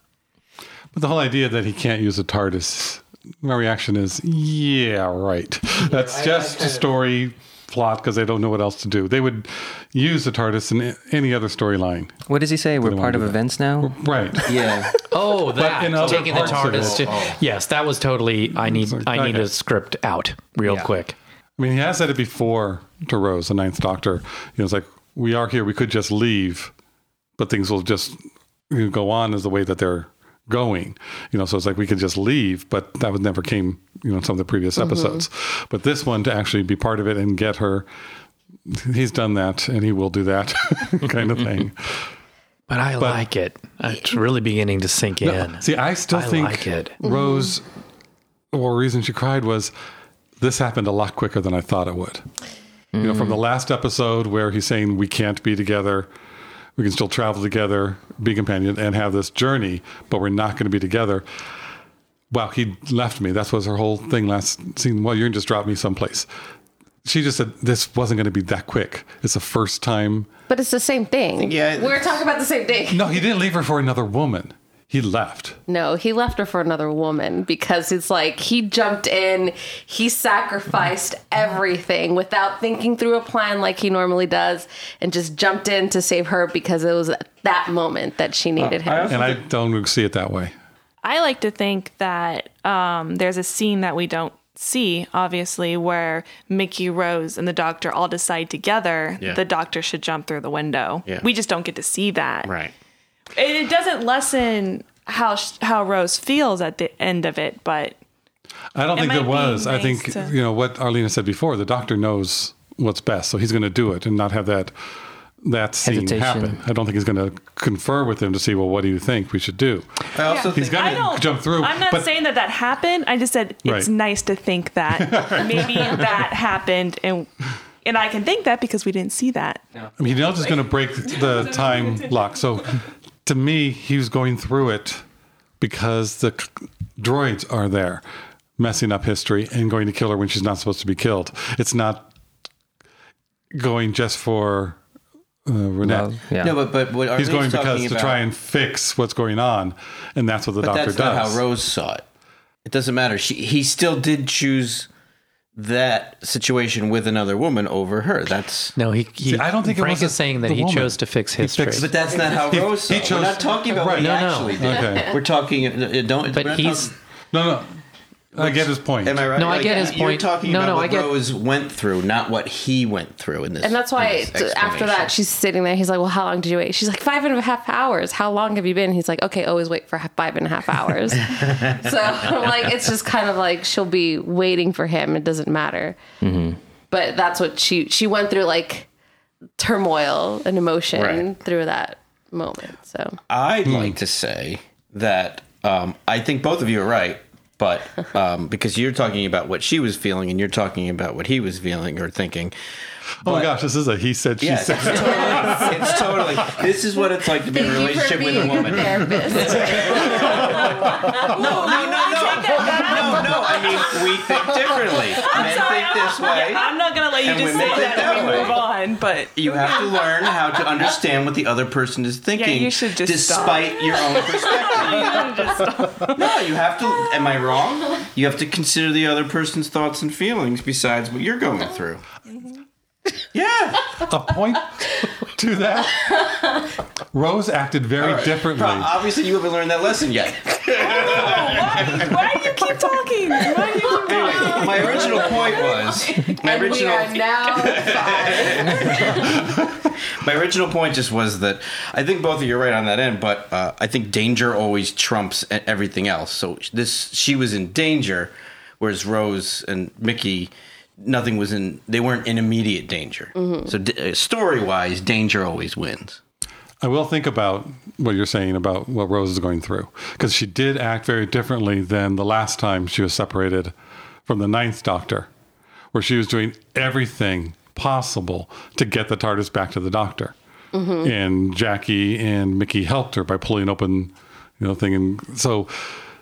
But the whole idea that he can't use a TARDIS, my reaction is, yeah, right. That's just a story plot because they don't know what else to do. They would use the TARDIS in a- any other storyline.
What does he say? We're
wanna
part
do
of
that.
events now.
Right.
Yeah.
Oh, that
in other
taking the
parts of
TARDIS.
it.
To, Yes, that was totally. I need.
like,
I need
okay.
a script out real quick.
I mean, he has said it before to Rose, the Ninth Doctor. You know, it's like we are here. We could just leave, but things will just you know, go on as the way that they're going. You know, so it's like we could just leave, but that would never came. You know, in some of the previous episodes, but this one to actually be part of it and get her, he's done that, and he will do that kind of thing.
But I like it. It's really beginning to sink in.
See, I still
I
think
like it.
Rose. Well, reason she cried was this happened a lot quicker than I thought it would. You know, from the last episode where he's saying we can't be together, we can still travel together, be companion, and have this journey, but we're not going to be together. Wow, he left me. That was her whole thing last scene. Well, you're going to just drop me someplace. She just said this wasn't going to be that quick. It's the first time
But it's the same thing.
Yeah.
We're talking about the same thing.
No, he didn't leave her for another woman. He left.
No, he left her for another woman because it's like he jumped in, he sacrificed everything without thinking through a plan like he normally does and just jumped in to save her because it was at that moment that she needed him.
And I don't see it that way.
I like to think that um, there's a scene that we don't see, obviously, where Mickey, Rose, and the doctor all decide together
Yeah.
the doctor should jump through the window.
Yeah.
We just don't get to see that.
Right.
And it doesn't lessen how sh- how Rose feels at the end of it, but
I don't
It
think there
might be
was. I
nice
think
to-
you know what Arlena said before. The doctor knows what's best, so he's going to do it and not have that that scene
Hesitation.
happen. I don't think he's going to confer with him to see. Well, what do you think we should do?
I also
He's
think
got
I
to
don't
jump through.
I'm not
but
saying that that happened. I just said
Right.
it's nice to think that maybe that happened, and and I can think that because we didn't see that.
I mean, he knows it's going to break the time lock. So to me, he was going through it because the c- droids are there, messing up history and going to kill her when she's not supposed to be killed. It's not going just for uh, Renette.
Love. Oh, Yeah.
No, but but what
He's going
Arlene's
because
talking
to
about-
try and fix what's going on, and that's what the
but
doctor
that's
does.
not how Rose saw it. It doesn't matter. She he still did choose that situation with another woman over her. That's
No, he. he
See, I don't think it
Frank
wasn't
is saying that
the
he
woman.
chose to fix history.
fixed-
but that's not how
He-
Rose saw
he
it.
chose-
We're not talking about
Right.
what he
No,
no.
actually did.
Okay.
We're talking uh, don't
But
we're not
he's-
talking-
no, no, I get his point.
Am I right?
No, I get his
You're
point.
talking
No,
about
no,
what
I get-
Rose went through, not what he went through in this.
And that's
in
why
this
t- after that,
explanation.
she's sitting there. He's like, Well, how long did you wait? She's like, Five and a half hours. How long have you been? He's like, Okay, always wait for ha- five and a half hours. so, like, it's just kind of like she'll be
Mm-hmm.
waiting for him. It doesn't matter. But that's what she she went through, like, turmoil and emotion
Right.
through that moment. So
I'd
Hmm.
like to say that um, I think both of you are right, but um, because you're talking about what she was feeling and you're talking about what he was feeling or thinking.
Oh my
But-
gosh, this is a he said, she
Yeah, it's
said.
totally, it's totally. This is what it's like to be in a
thank you for
relationship with a
being a
woman.
therapist.
No, no, no, no, no. I mean, we think differently. Men think this way.
I'm not gonna let you
And
just
we
say
make it
that,
that
and we
way.
move on. But
You have to learn how to understand what the other person is thinking.
you should just
despite your own perspective. no, you have to. Am I wrong? You have to consider the other person's thoughts and feelings besides what you're going through. Yeah,
a point to that. Rose acted very differently.
Pro- obviously you haven't learned that lesson yet.
why do you keep talking? Why do you keep talking?
Anyway, my original point was my
and we
original
are now five.
my original point just was that I think both of you are right on that end, but uh, I think danger always trumps e- everything else. So this, she was in danger, whereas Rose and Mickey, nothing was in. They weren't in immediate danger. So d- story wise, danger always wins.
I will think about what you're saying about what Rose is going through because she did act very differently than the last time she was separated from the ninth doctor, where she was doing everything possible to get the TARDIS back to the doctor. And Jackie and Mickey helped her by pulling open, you know, thing. And so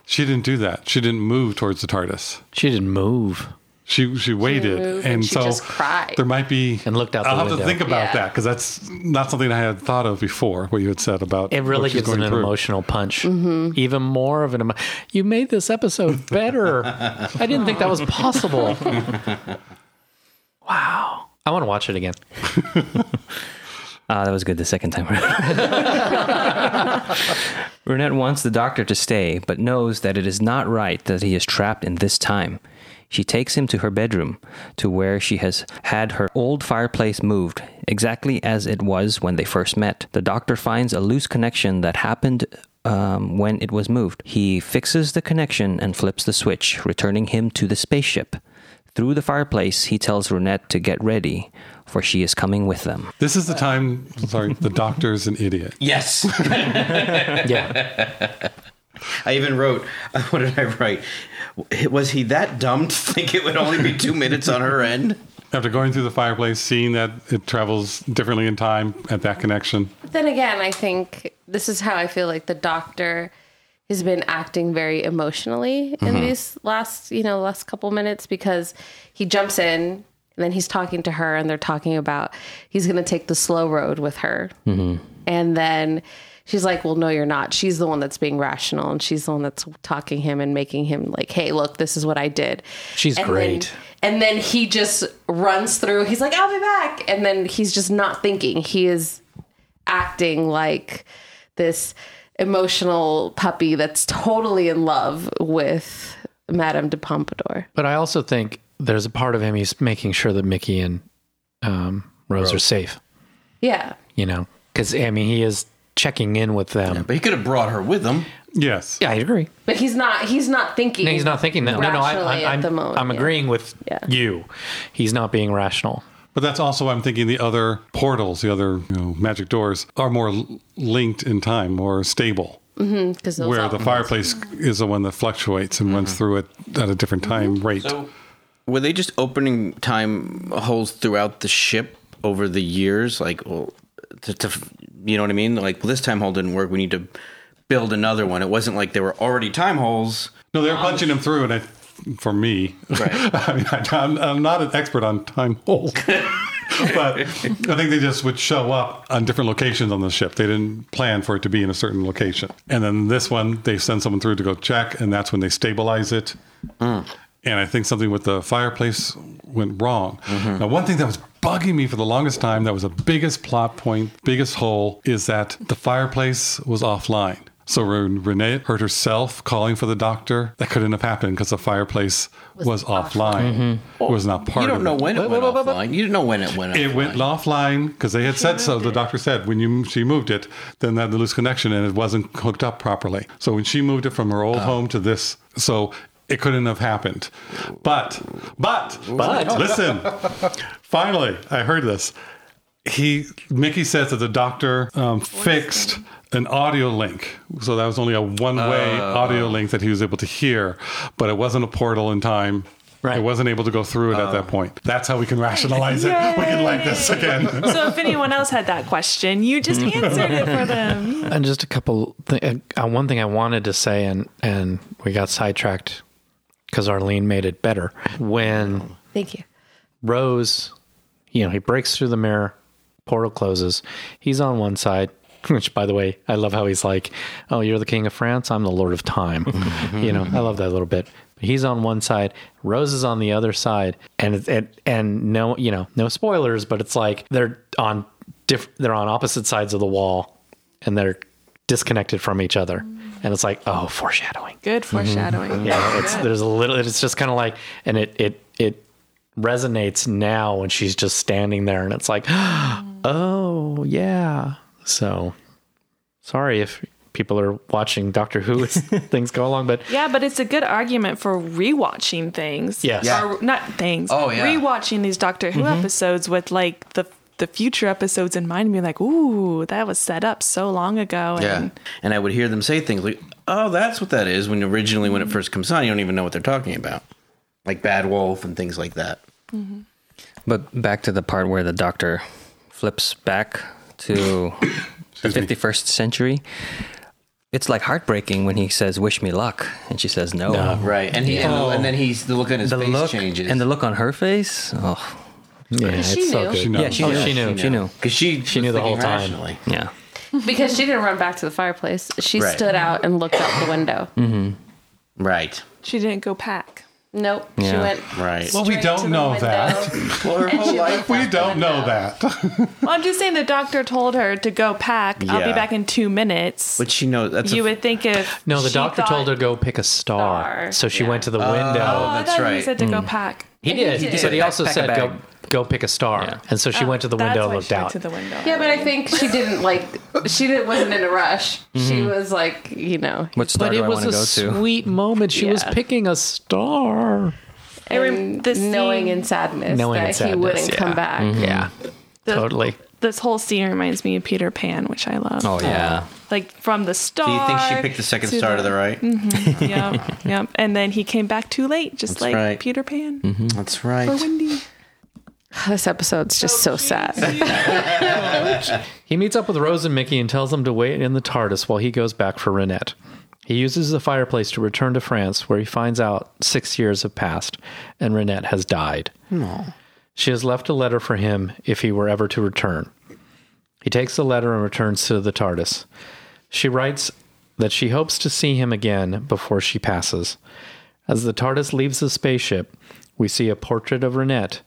she didn't do that. She didn't move towards the TARDIS.
She didn't move.
She she waited,
move
and,
and she
so
just cried.
there might be
And looked out the
I'll have
window.
to think about
Yeah.
that because that's not something I had thought of before. What you had said about
It really
what she's
gives it
going
an
through.
emotional punch. Even more of an emo- You made this episode better. I didn't think that was possible. wow. I want to watch it again.
Ah, that was good the second time around. Renette wants the doctor to stay, but knows that it is not right that he is trapped in this time. She takes him to her bedroom, to where she has had her old fireplace moved, exactly as it was when they first met. The doctor finds a loose connection that happened um, when it was moved. He fixes the connection and flips the switch, returning him to the spaceship. Through the fireplace, he tells Renette to get ready, for she is coming with them.
This is the time. Sorry, the doctor's an idiot.
Yes,
Yeah.
I even wrote. What did I write? Was he that dumb to think it would only be two minutes on her end?
After going through the fireplace, seeing that it travels differently in time at that connection,
then again, I think this is how I feel like the doctor has been acting very emotionally
Mm-hmm.
in these last, you know, last couple minutes because he jumps in and then he's talking to her and they're talking about he's going to take the slow road with her.
Mm-hmm.
And then she's like, "Well, no, you're not." She's the one that's being rational and she's the one that's talking him and making him like, "Hey, look, this is what I did."
She's
And
great.
Then, and then he just runs through. He's like, "I'll be back," and then he's just not thinking. He is acting like this emotional puppy that's totally in love with Madame de Pompadour.
But I also think there's a part of him he's making sure that Mickey and um, Rose are safe,
Yeah.
you know, because, I mean, he is checking in with them.
But he could have brought her with him.
yes,
Yeah, I agree.
But he's not he's not thinking.
No, he's not thinking that. No, no, I,
rationally at
I, I'm,
the moment,
I'm
yeah.
agreeing with
Yeah.
you. He's not being rational.
but that's also why I'm thinking the other portals, the other you know, magic doors, are more l- linked in time, more stable.
'Cause those
Where
all-
the fireplace is the one that fluctuates and
Mm-hmm.
runs through it at a different time
Mm-hmm.
rate.
So, were they just opening time holes throughout the ship over the years? Like, well, to, to you know what I mean? Like, well, this time hole didn't work. We need to build another one. It wasn't like there were already time holes.
No, they were punching him through, and I, for me, I mean, I, I'm, I'm not an expert on time holes, but I think they just would show up on different locations on the ship. They didn't plan for it to be in a certain location, and then this one they send someone through to go check, and that's when they stabilize it. And I think something with the fireplace went wrong.
Mm-hmm.
Now, one thing that was bugging me for the longest time, that was the biggest plot point, biggest hole, is that the fireplace was offline. So when Renee heard herself calling for the doctor, that couldn't have happened because the fireplace was, offline. It was not part
Mm-hmm. You
of
don't
it.
know when it went offline. You didn't know when it went.
It went
offline.
offline because they had said so. The doctor said when you she moved it, then they had the loose connection and it wasn't hooked up properly. So when she moved it from her old home to this, so it couldn't have happened. But but but listen, finally I heard this. he Mickey says that the doctor um, fixed an audio link, so that was only a one-way
Oh.
audio link that he was able to hear, but it wasn't a portal in time.
Right. Oh.
It wasn't able to go through it at that point. That's how we can rationalize it. We can like this again.
So if anyone else had that question, you just answered it for them.
And just a couple. Th- uh, one thing I wanted to say, and and we got sidetracked because Arlene made it better when.
Thank you.
Rose, you know, he breaks through the mirror, portal closes. He's on one side, which, by the way, I love how he's like, Oh, you're the king of France. I'm the lord of time. you know, I love that little bit. He's on one side, Rose is on the other side. And, it- and, and no, you know, no spoilers, but it's like they're on diff- they're on opposite sides of the wall and they're disconnected from each other. And it's like, Oh, foreshadowing.
Good
Mm-hmm.
foreshadowing.
Yeah, it's there's a little. It's just kind of like, and it it it resonates now when she's just standing there, and it's like, oh yeah. So sorry if people are watching Doctor Who as things go along, but
Yeah, but it's a good argument for rewatching things.
Yes. Mm-hmm. Yeah.
Or, not things.
Oh, yeah.
Rewatching these Doctor Who episodes with like the the future episodes in mind and be like, ooh, that was set up so long ago.
Yeah,
And
and I would hear them say things like, "Oh, that's what that is." When originally, when it first comes on, you don't even know what they're talking about, like Bad Wolf and things like that.
But back to the part where the doctor flips back to the
Excuse me.
51st century. It's like heartbreaking when he says, Wish me luck. And she says, No.
Uh, Right, and he and, the- and then he's the look on his
The
face
look
changes,
and the look on her face. Oh,
yeah,
She
it's so
knew.
good.
No.
yeah, she
Oh,
knew.
she knew.
She knew.
because she she
knew the whole time.
Yeah.
Because she didn't run back to the fireplace. She
Right.
stood out and looked out the window.
Mm.
Right.
she didn't go pack.
Nope. She
Yeah.
went.
Right.
Well, we
straight to
don't
the
know
window.
that.
Well, her whole
she
life.
We don't know
window.
that.
Well, I'm just saying the doctor told her to go pack. I'll be
Yeah.
back in two minutes.
But she knows that's
you
a,
would think if
No, the
she
doctor
thought-
told her to go pick a star,
Star.
so she
Yeah.
went to the window.
Oh,
that's
I thought He
right.
said to
Mm.
go pack.
He did,
did.
but he also
Pack a
said go
bag.
go pick a star, and so she went to the
That's
window and
why
looked
she went
out.
to the window.
Yeah, but I think she didn't like. She didn't, wasn't in a rush. She
Mm-hmm.
was like, you know,
What star
but
do
it
I
was
want
a
to go to?
sweet moment. She was
Yeah.
picking a star.
I rem- the
knowing
scene-
in sadness
Knowing
that
in
he
sadness,
wouldn't
yeah. Mm-hmm.
come back.
Mm-hmm.
Yeah,
the-
totally.
This whole scene reminds me of Peter Pan, which I love.
Oh, yeah.
Like from the star.
Do you think she picked the second
to
star
the- Mm-hmm.
to the right?
Yep, yep. And then he came back too late, just like
right. Mm-hmm.
Peter Pan
That's right.
or Wendy.
This episode's just
Oh,
so sad.
He meets up with Rose and Mickey and tells them to wait in the TARDIS while he goes back for Renette. He uses the fireplace to return to France, where he finds out six years have passed and Renette has died. She has left a letter for him if he were ever to return. He takes the letter and returns to the TARDIS. She writes that she hopes to see him again before she passes. As the TARDIS leaves the spaceship, we see a portrait of Renette,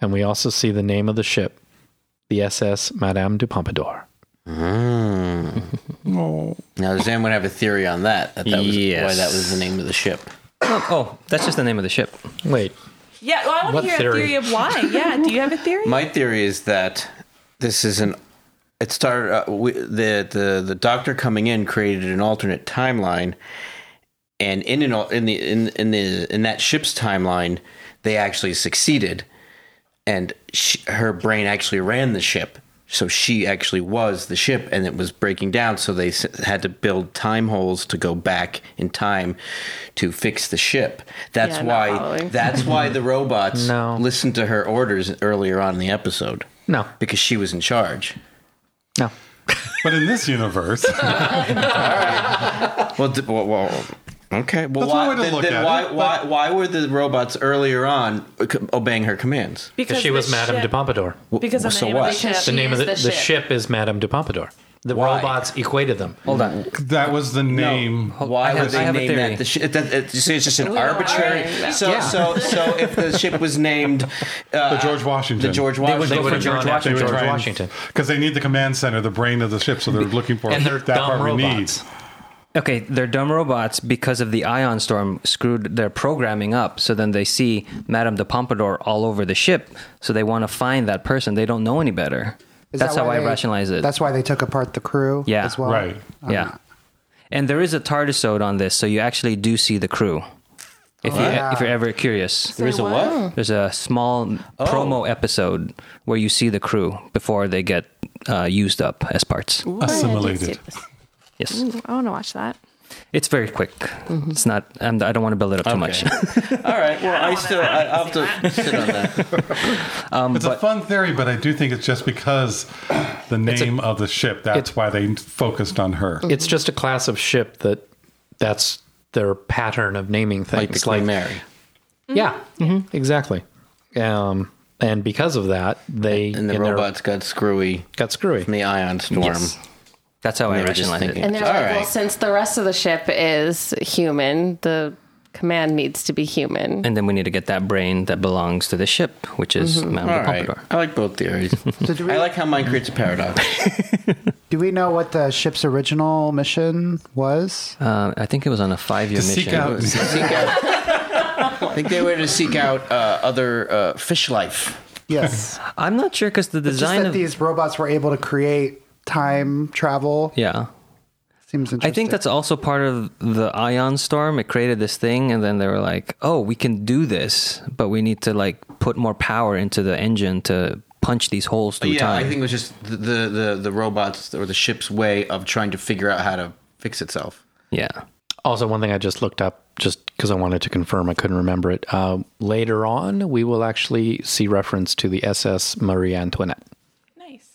and we also see the name of the ship, the SS Madame du Pompadour.
Now, does anyone have a theory on that? That, that was
Yes.
why that was the name of the ship.
Oh, oh, that's just the name of the ship.
Wait,
Yeah, well, I want
What
to hear
theory?
a theory of why. Yeah, do you have a theory?
My theory is that this is an. It started uh, we, the the the doctor coming in created an alternate timeline, and in an al- in the in in the in that ship's timeline, they actually succeeded, and she, her brain actually ran the ship. So she actually was the ship, and it was breaking down. So they s- had to build time holes to go back in time to fix the ship. That's
Yeah, not
why.
following.
That's why the robots
No.
listened to her orders earlier on in the episode
no,
because she was in charge.
no.
But in this universe,
Well, d- well, well okay. Well,
That's
why,
one way to
then,
look
then
at
why,
it,
why, why were the robots earlier on co- obeying her commands?
Because she
the
was Madame
ship-
de Pompadour.
Because of the
so
name of
what?
the ship.
The name of
is
the,
the
the,
ship.
ship. is Madame de Pompadour. The
Why?
robots equated them.
Hold on.
that was the name.
Why
Oh, I have- I
would they
have a
name
theory.
that? The shi- that it, you see, it's just an
arguing
arbitrary.
that.
So, so, so, if the ship was named uh,
The George Washington.
the George
They would-
Washington,
they would have gone after George Washington.
Because they need the command center, the brain of the ship, so they're looking for
And they're
that
dumb
part we need.
robots.
Okay, they're dumb robots because of the ion storm screwed their programming up. So then they see Madame de Pompadour all over the ship. So they want to find that person. They don't know any better.
Is
that's
that
how
why
I
they-
rationalize it.
That's why they took apart the crew
Yeah.
as well.
Right.
yeah. And there is a TARDIsode on this, so you actually do see the crew. If, you,
Oh, yeah. Oh.
if you're ever curious,
There is a what?
there's a small promo episode where you see the crew before they get uh, used up as parts.
Assimilated.
Yes,
I want to watch that.
it's very quick.
Mm-hmm.
It's not. And I don't want to build it up too much.
All right. Well, I still I, I'll have to sit on that.
it's a fun theory, but I do think it's just because the name of the ship. That's why they focused on her.
It's just a class of ship that that's their pattern of naming
Like the
things.
Queen Mary.
yeah, exactly. Um, and because of that, they
And the
in their-
robots got screwy
got screwy.
in the ion storm.
Yes. That's how I
They were just
rationalize it.
thinking.
And they're
All
like, well,
right.
since the rest of the ship is human, the command needs to be human.
And then we need to get that brain that belongs to the ship, which is
Mm-hmm.
Madame
All
de
right.
Pompadour.
I like both theories.
So do we,
I like how mine creates a paradox.
do we know what the ship's original mission was?
Uh, I think it was on a five-year
To seek
mission.
out
Seek out- I think they were to seek out uh, other uh, fish life.
Yes.
I'm not sure because the
Just
design
that
of
these robots were able to create time travel
yeah.
seems interesting.
I think that's also part of the ion storm. It created this thing, and then they were like, "Oh, we can do this, but we need to like put more power into the engine to punch these holes through
yeah,
time."
I think it was just the, the the the robots or the ship's way of trying to figure out how to fix itself.
yeah,
Also, one thing I just looked up just because I wanted to confirm, I couldn't remember it. Uh, later on, we will actually see reference to the SS Marie Antoinette,
Nice.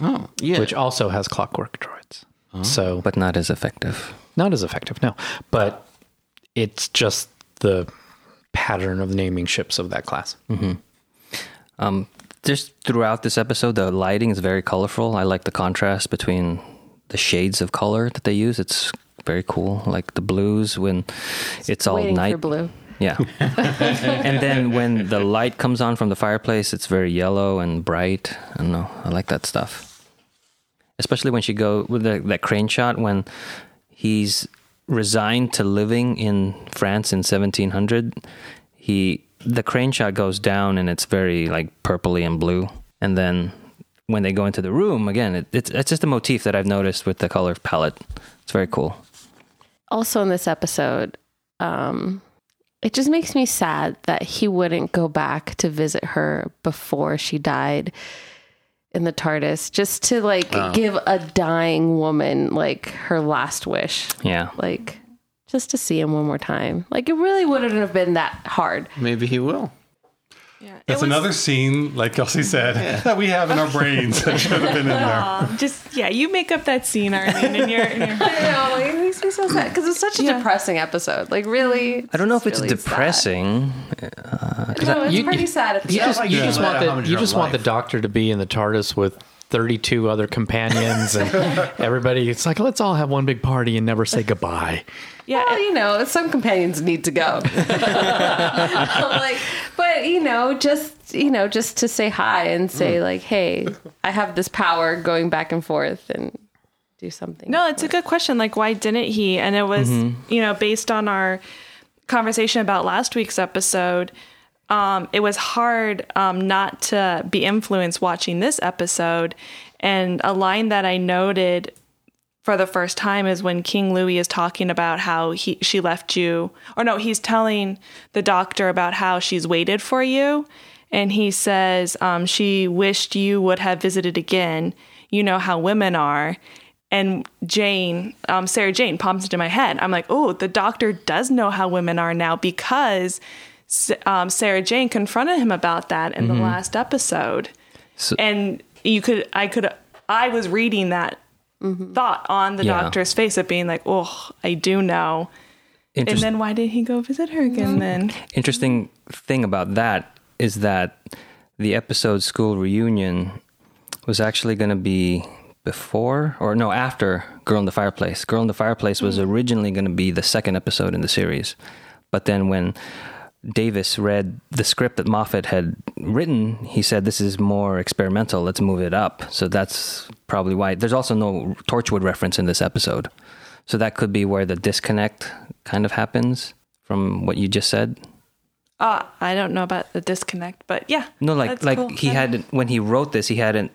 Oh, yeah.
which also has clockwork droids. So,
but not as effective.
not as effective, no. But it's just the pattern of naming ships of that class.
Um, just throughout this episode, the lighting is very colorful. I like the contrast between the shades of color that they use. It's very cool. Like the blues when it's all
Waiting
night.
for blue.
Yeah. and then when the light comes on from the fireplace, it's very yellow and bright. I don't know. I like that stuff. Especially when she go with the, that crane shot when he's resigned to living in France in 1700. He the crane shot goes down and it's very like purpley and blue. And then when they go into the room again, it, it's it's just a motif that I've noticed with the color palette. It's very cool.
Also, in this episode, um, it just makes me sad that he wouldn't go back to visit her before she died in the TARDIS, just to like give a dying woman like her last wish,
Yeah.
like just to see him one more time. Like it really wouldn't have been that hard.
Maybe he will.
Yeah. It
That's
was-
another scene, like Kelsey said, that we have in our brains that should have been in there.
Aw, just yeah, you make up that scene, Arlene, and you're. And you're
know, it makes me so sad because it's such a depressing episode. Like, really,
I don't know if it's
really sad.
depressing.
No, it's
you-
pretty sad. Episode.
You just, you
Yeah.
just
Yeah.
want the
Homage
you
of
just want the
life.
doctor to be in the TARDIS with thirty-two other companions and everybody. It's like let's all have one big party and never say goodbye.
yeah.
well, you know, some companions need to go. like, but you know, just you know, just to say hi and say
Mm.
like, "Hey, I have this power going back and forth and do something."
No, it's a good question. Like, why didn't he? And it was, you know, based on our conversation about last week's episode, um, it was hard um, not to be influenced watching this episode. And a line that I noted for the first time is when King Louis is talking about how he she left you, or no, he's telling the doctor about how she's waited for you, and he says um, she wished you would have visited again. You know how women are. And Jane, um, Sarah Jane, pops into my head. I'm like, oh, the doctor does know how women are now because S- um, Sarah Jane confronted him about that in
Mm-hmm.
the last episode. and you could, I could, I was reading that thought on the
Mm-hmm. Yeah.
doctor's face of being like, oh, I do know. And
Interest-
then why did he go visit her again then?
interesting thing about that is that the episode school reunion was actually going to be before or no after girl in the fireplace girl in the fireplace was originally going to be the second episode in the series but then when davis read the script that moffat had written he said this is more experimental let's move it up so that's probably why there's also no torchwood reference in this episode so that could be where the disconnect kind of happens from what you just said
Uh, I don't know about the disconnect, but yeah.
no, like
that's
like
cool.
he
Yeah.
hadn't when he wrote this, he hadn't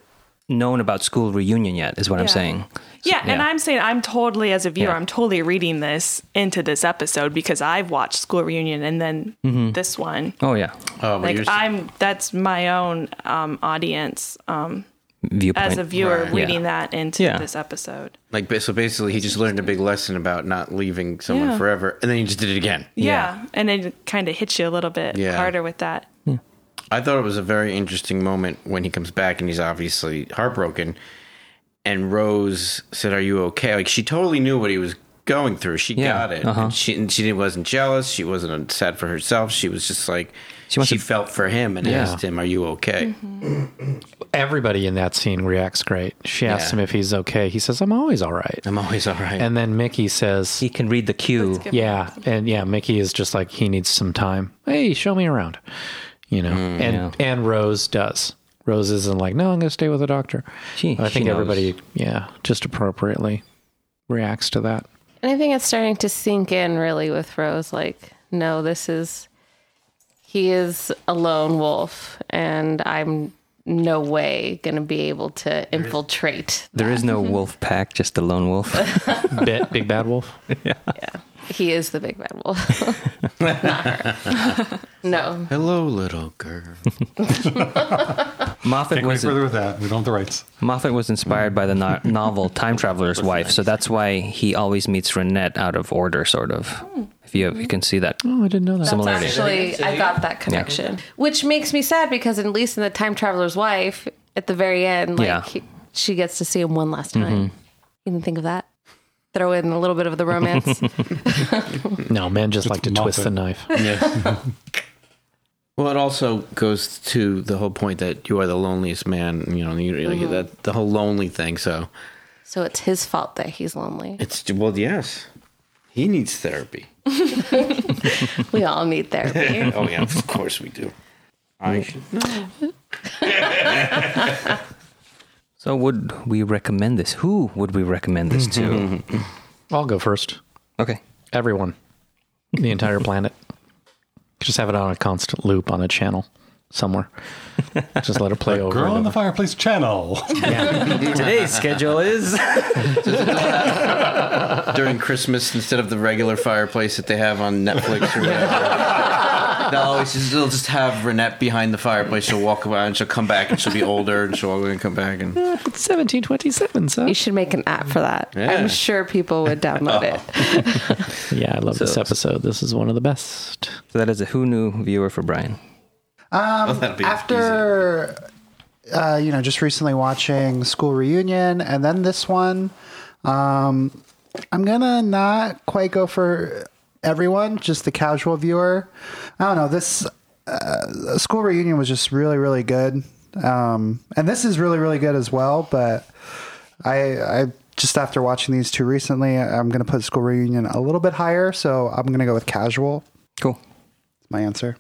known about school reunion yet, is what I'm
Yeah.
saying.
Yeah, and
yeah.
I'm saying I'm totally as a viewer,
Yeah.
I'm totally reading this into this episode because I've watched School Reunion and then this one.
Oh yeah,
Oh, but
like
you're-
I'm that's my own um, audience um,
viewpoint.
as a viewer
Right.
reading that into
Yeah.
this episode.
like ba- so basically he just learned a big lesson about not leaving someone
Yeah.
forever and then he just did it again
Yeah, and it kind of hits you a little bit
Yeah.
harder with that.
i thought it was a very interesting moment when he comes back and he's obviously heartbroken and rose said are you okay like she totally knew what he was going through she
Yeah,
got it
uh-huh.
and she, and she wasn't jealous she wasn't sad for herself she was just like
She
she,
must have-
felt for him and
Yeah.
asked him are you okay
Everybody in that scene reacts great. She asks
Yeah.
him if he's okay. He says, I'm always all right.
i'm always all right
And then Mickey says,
he can read the cue.
Yeah, and yeah, Mickey is just like he needs some time. Hey, show me around, you know. and and Rose does. Rose isn't like, no, I'm going to stay with the doctor.
She-
I
she
think
knows.
everybody, yeah, just appropriately reacts to that.
And I think it's starting to sink in really with Rose. Like, no, this is, he is a lone wolf, and I'm no way going to be able to infiltrate.
There is no wolf pack, just a lone wolf.
Bit, big bad wolf.
He is the big bad wolf. Not her. No.
hello little girl
Moffat
Can't go any
was
further with that. We don't have the rights.
Moffat was inspired by the no- novel Time Traveler's Wife, so that's why he always meets Renette out of order, sort of.
Hmm.
If you you can see that
Oh, I didn't know that.
similarity.
Actually, I got that connection, which makes me sad because at least in the time traveler's wife, at the very end, like
Yeah.
he- she gets to see him one last time. You didn't think of that? Throw in a little bit of the romance.
No, men just
It's
like to twist the
Moffat.
knife.
Well, it also goes to the whole point that you are the loneliest man. You know, you, like, that the whole lonely thing. So
so it's his fault that he's lonely.
it's well, yes, he needs therapy.
We all need therapy.
oh yeah, of course we do. I should.
So would we recommend this? Who would we recommend this to?
I'll go first.
okay.
Everyone, the entire planet, just have it on a constant loop on a channel somewhere. Just let it play over.
Girl
and
on the
over.
Fireplace channel.
Today's schedule is
During Christmas, instead of the regular fireplace that they have on Netflix or whatever, they'll always just, they'll just have Renette behind the fireplace. She'll walk around, she'll come back, and she'll be older, and she'll always come back. And
It's 1727, son.
you should make an app for that.
Yeah.
I'm sure people would download it.
Yeah, I love this
So-
episode. This is one of the best.
so that is a who knew viewer for Brian.
that'll be
after uh, you know just recently watching school reunion and then this one um, i'm gonna not quite go for everyone just the casual viewer i don't know this uh, school reunion was just really really good um, and this is really really good as well but i i just after watching these two recently i'm gonna put school reunion a little bit higher so i'm gonna go with casual
Cool.
my answer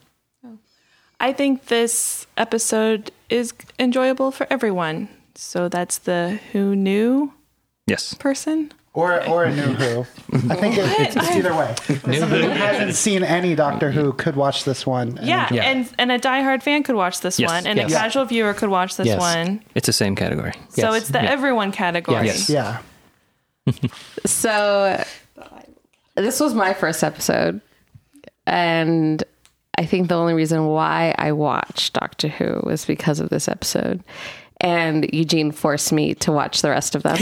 I think this episode is enjoyable for everyone. So that's the who knew
Yes.
person.
or or a new Who. I think it, it's, it's either way. If somebody who hasn't seen any Doctor Who could watch this one. and
Yeah,
enjoy-
Yeah.
and and a diehard fan could watch this
Yes.
one, and
Yes.
a casual viewer could watch this
Yes.
one.
It's the same category.
So
Yes.
it's the everyone category.
Yes.
yeah.
So this was my first episode, and I think the only reason why I watched Doctor Who was because of this episode, and Eugene forced me to watch the rest of them.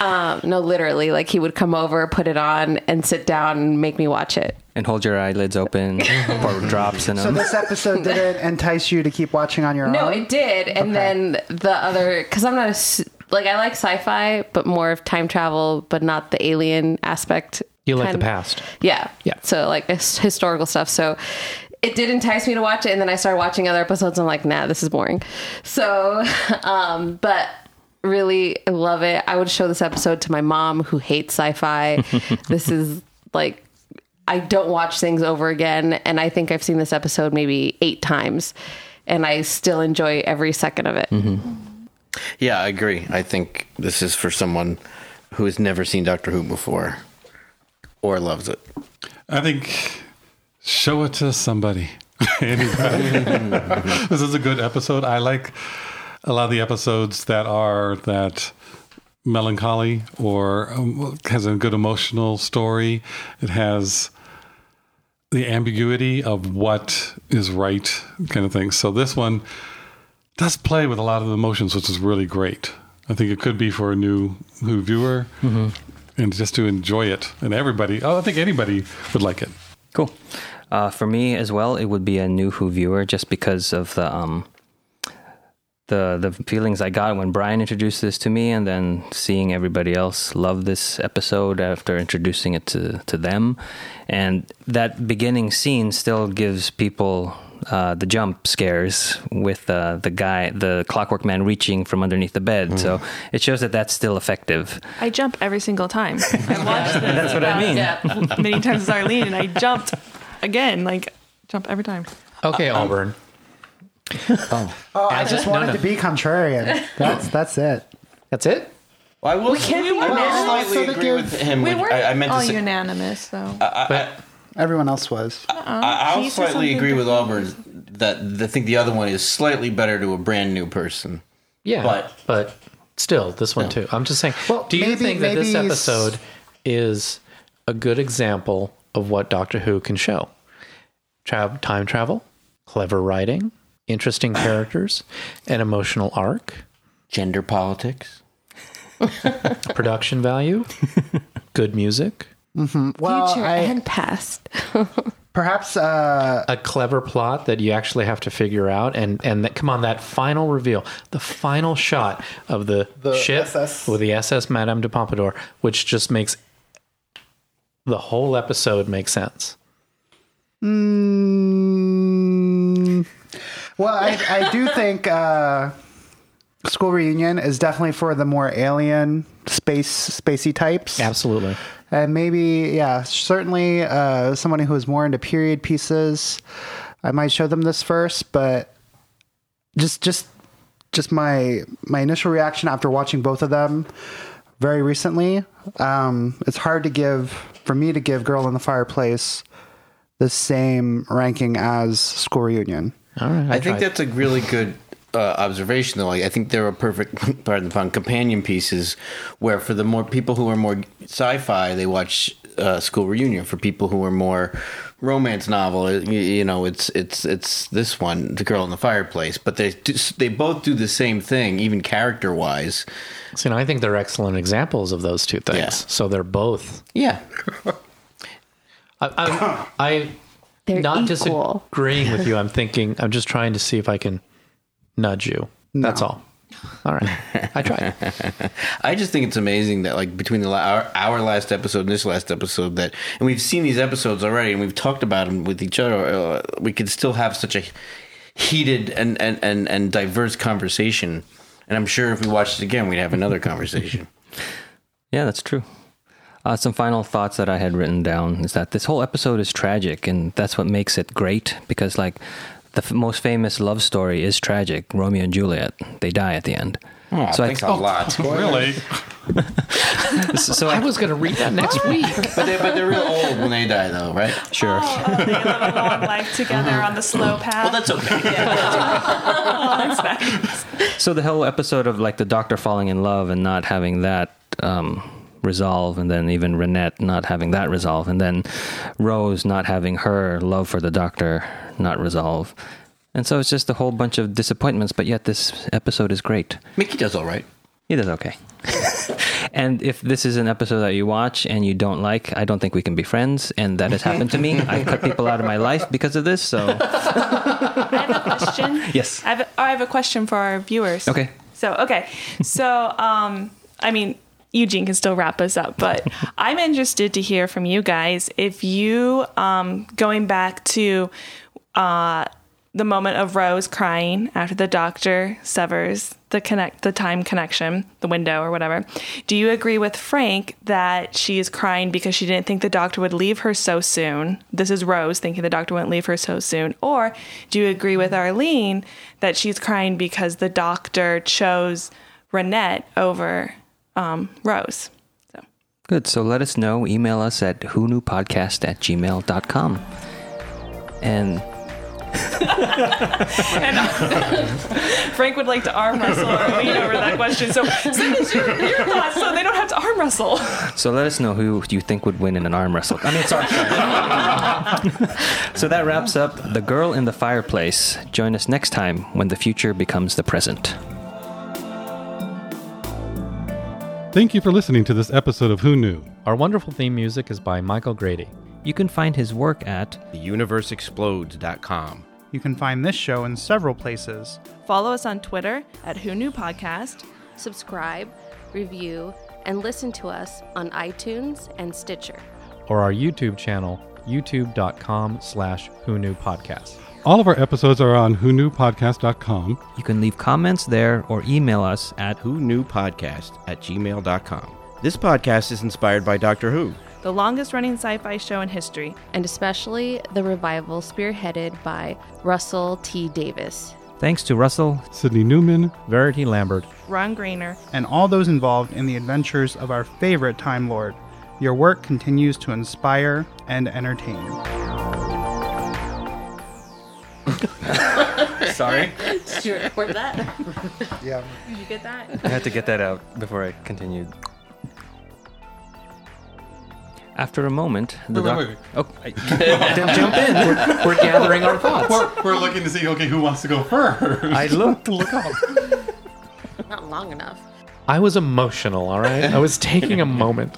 um, no, literally, like he would come over, put it on, and sit down and make me watch it.
And hold your eyelids open or drops in
So
them.
this episode didn't entice you to keep watching on your
No,
own.
it did. And then the other, because I'm not a, s- like, I like sci fi, but more of time travel, but not the alien aspect.
You like
kind-
the past.
Yeah.
Yeah.
So, like, it's historical stuff. So, it did entice me to watch it. And then I started watching other episodes. I'm like, nah, this is boring. So, um, but really I love it. I would show this episode to my mom who hates sci fi. this is like, I don't watch things over again. And I think I've seen this episode maybe eight times. And I still enjoy every second of it.
Yeah, I agree. I think this is for someone who has never seen Doctor Who before or loves it.
I think show it to somebody. Anybody. this is a good episode. I like. a lot of the episodes that are that melancholy or um, has a good emotional story. It has the ambiguity of what is right kind of thing. So this one does play with a lot of the emotions, which is really great. I think it could be for a new new viewer and just to enjoy it. And everybody, oh, I think anybody would like it.
Cool. Uh, for me as well, it would be a new Who viewer just because of the um, the the feelings I got when Brian introduced this to me, and then seeing everybody else love this episode after introducing it to to them, and that beginning scene still gives people. Uh, the jump scares with uh, the guy, the clockwork man reaching from underneath the bed. So it shows that that's still effective.
I jump every single time. I watched this. That's
what I mean.
Many times as Arlene, and I jumped again. Like jump every time.
Okay, Auburn.
Oh, I just wanted to be contrarian. That's that's it.
That's it.
Well, I will. We
can't be
I
unanimous.
So
will slightly
that
agree
gives-
with him.
We
which
were Oh,
I, I
I,
meant
all
to say,
unanimous, though.
Everyone else was.
Uh,
he
I, I'll
said
slightly
something
agree with
different.
Auburn that the- I think the other one is slightly better to a brand new person.
Yeah,
But-
but still, this one too. I'm just saying.
Well,
do you
maybe-
think that this
maybe s-
episode is a good example of what Doctor Who can show? Tra- time travel, clever writing, interesting characters, an emotional arc,
Gender politics.
production value, good music,
Well,
Future
I-
and past.
perhaps uh,
a clever plot that you actually have to figure out, and and that, come on, that final reveal, the final shot of the,
The
ship
SS.
with the SS Madame de Pompadour, which just makes the whole episode make sense.
mm, well, I, I do think uh, school reunion is definitely for the more alien space spacey types.
Absolutely.
and Uh, maybe yeah certainly uh, someone who is more into period pieces i might show them this first but just just just my my initial reaction after watching both of them very recently um, it's hard to give for me to give girl in the fireplace the same ranking as school reunion
All right.
I think that's a really good uh, observation, though. Like, I think there are perfect, pardon the pun, companion pieces where for the more people who are more sci-fi, they watch uh, School Reunion. For people who are more romance novel, y- you know, it's it's it's this one, The Girl in the Fireplace. But they do, they both do the same thing, even character wise.
you know, I think they're excellent examples of those two things.
Yeah.
So they're both.
Yeah,
I, I'm, I
They're
not
equal.
disagreeing with you. I'm thinking. I'm just trying to see if I can nudge you. That's all. All right. I tried.
I just think it's amazing that like between the la- our, our last episode and this last episode that and we've seen these episodes already and we've talked about them with each other uh, we could still have such a heated and and and, and diverse conversation and I'm sure if we watched it again we'd have another conversation.
Yeah, that's true. Uh, some final thoughts that I had written down is that this whole episode is tragic, and that's what makes it great because, like, the f- most famous love story is tragic Romeo and Juliet. They die at the end. so,
thanks
I,
a lot.
Really?
so
I
I,
was going to read that next week.
but they but they're real old when they die though, right?
sure.
Oh, they live a long life together on the slow path.
Well, that's okay.
So the whole episode of like the doctor falling in love and not having that um, resolve, and then even Renette not having that resolve, and then Rose not having her love for the doctor not resolve, and so it's just a whole bunch of disappointments. But yet this episode is great.
Mickey does all right.
He does okay. and if this is an episode that you watch and you don't like, I don't think we can be friends. And that has happened to me. I cut people out of my life because of this. So
I have a question.
Yes.
I have a, oh, I have a question for our viewers.
Okay.
So okay. So um, I mean, Eugene can still wrap us up, but I'm interested to hear from you guys if you um, going back to uh, the moment of Rose crying after the doctor severs the connect the time connection, the window or whatever. Do you agree with Frank that she is crying because she didn't think the doctor would leave her so soon? This is Rose thinking the doctor wouldn't leave her so soon. Or do you agree with Arlene that she's crying because the doctor chose Renette over um, Rose?
Good. So let us know. Email us at who knew podcast at gmail.com. And
Frank would like to arm wrestle or lean over that question. So send us your, your thoughts so they don't have to arm wrestle.
So let us know who you think would win in an arm wrestle. I mean, it's our show. so that wraps up The Girl in the Fireplace. Join us next time when the future becomes the present.
Thank you for listening to this episode of Who Knew.
Our wonderful theme music is by Michael Grady.
You can find his work at
theuniverseexplodes.com.
You can find this show in several places.
Follow us on Twitter at Who Knew Podcast.
Subscribe, review, and listen to us on iTunes and Stitcher.
or our YouTube channel, youtube.com slash who knew podcast.
All of our episodes are on whonewpodcast.com.
You can leave comments there or email us at
Who Knew Podcast at gmail.com. This podcast is inspired by Doctor Who.
the longest running sci fi show in history.
And especially the revival spearheaded by Russell T. Davis.
Thanks to Russell,
Sydney Newman,
Verity Lambert,
Ron Grainer,
and all those involved in the adventures of our favorite Time Lord. Your work continues to inspire and entertain.
Sorry,
Did you record that?
Yeah.
Did you get that?
I had to get that out before I continued. After a moment, the
Wait,
doc-
wait, wait.
Oh, I- Then jump in. We're, we're gathering our thoughts.
We're, we're looking to see, okay, who wants to go first?
I looked.
Look up.
Not long enough.
I was emotional, all right? I was taking a moment.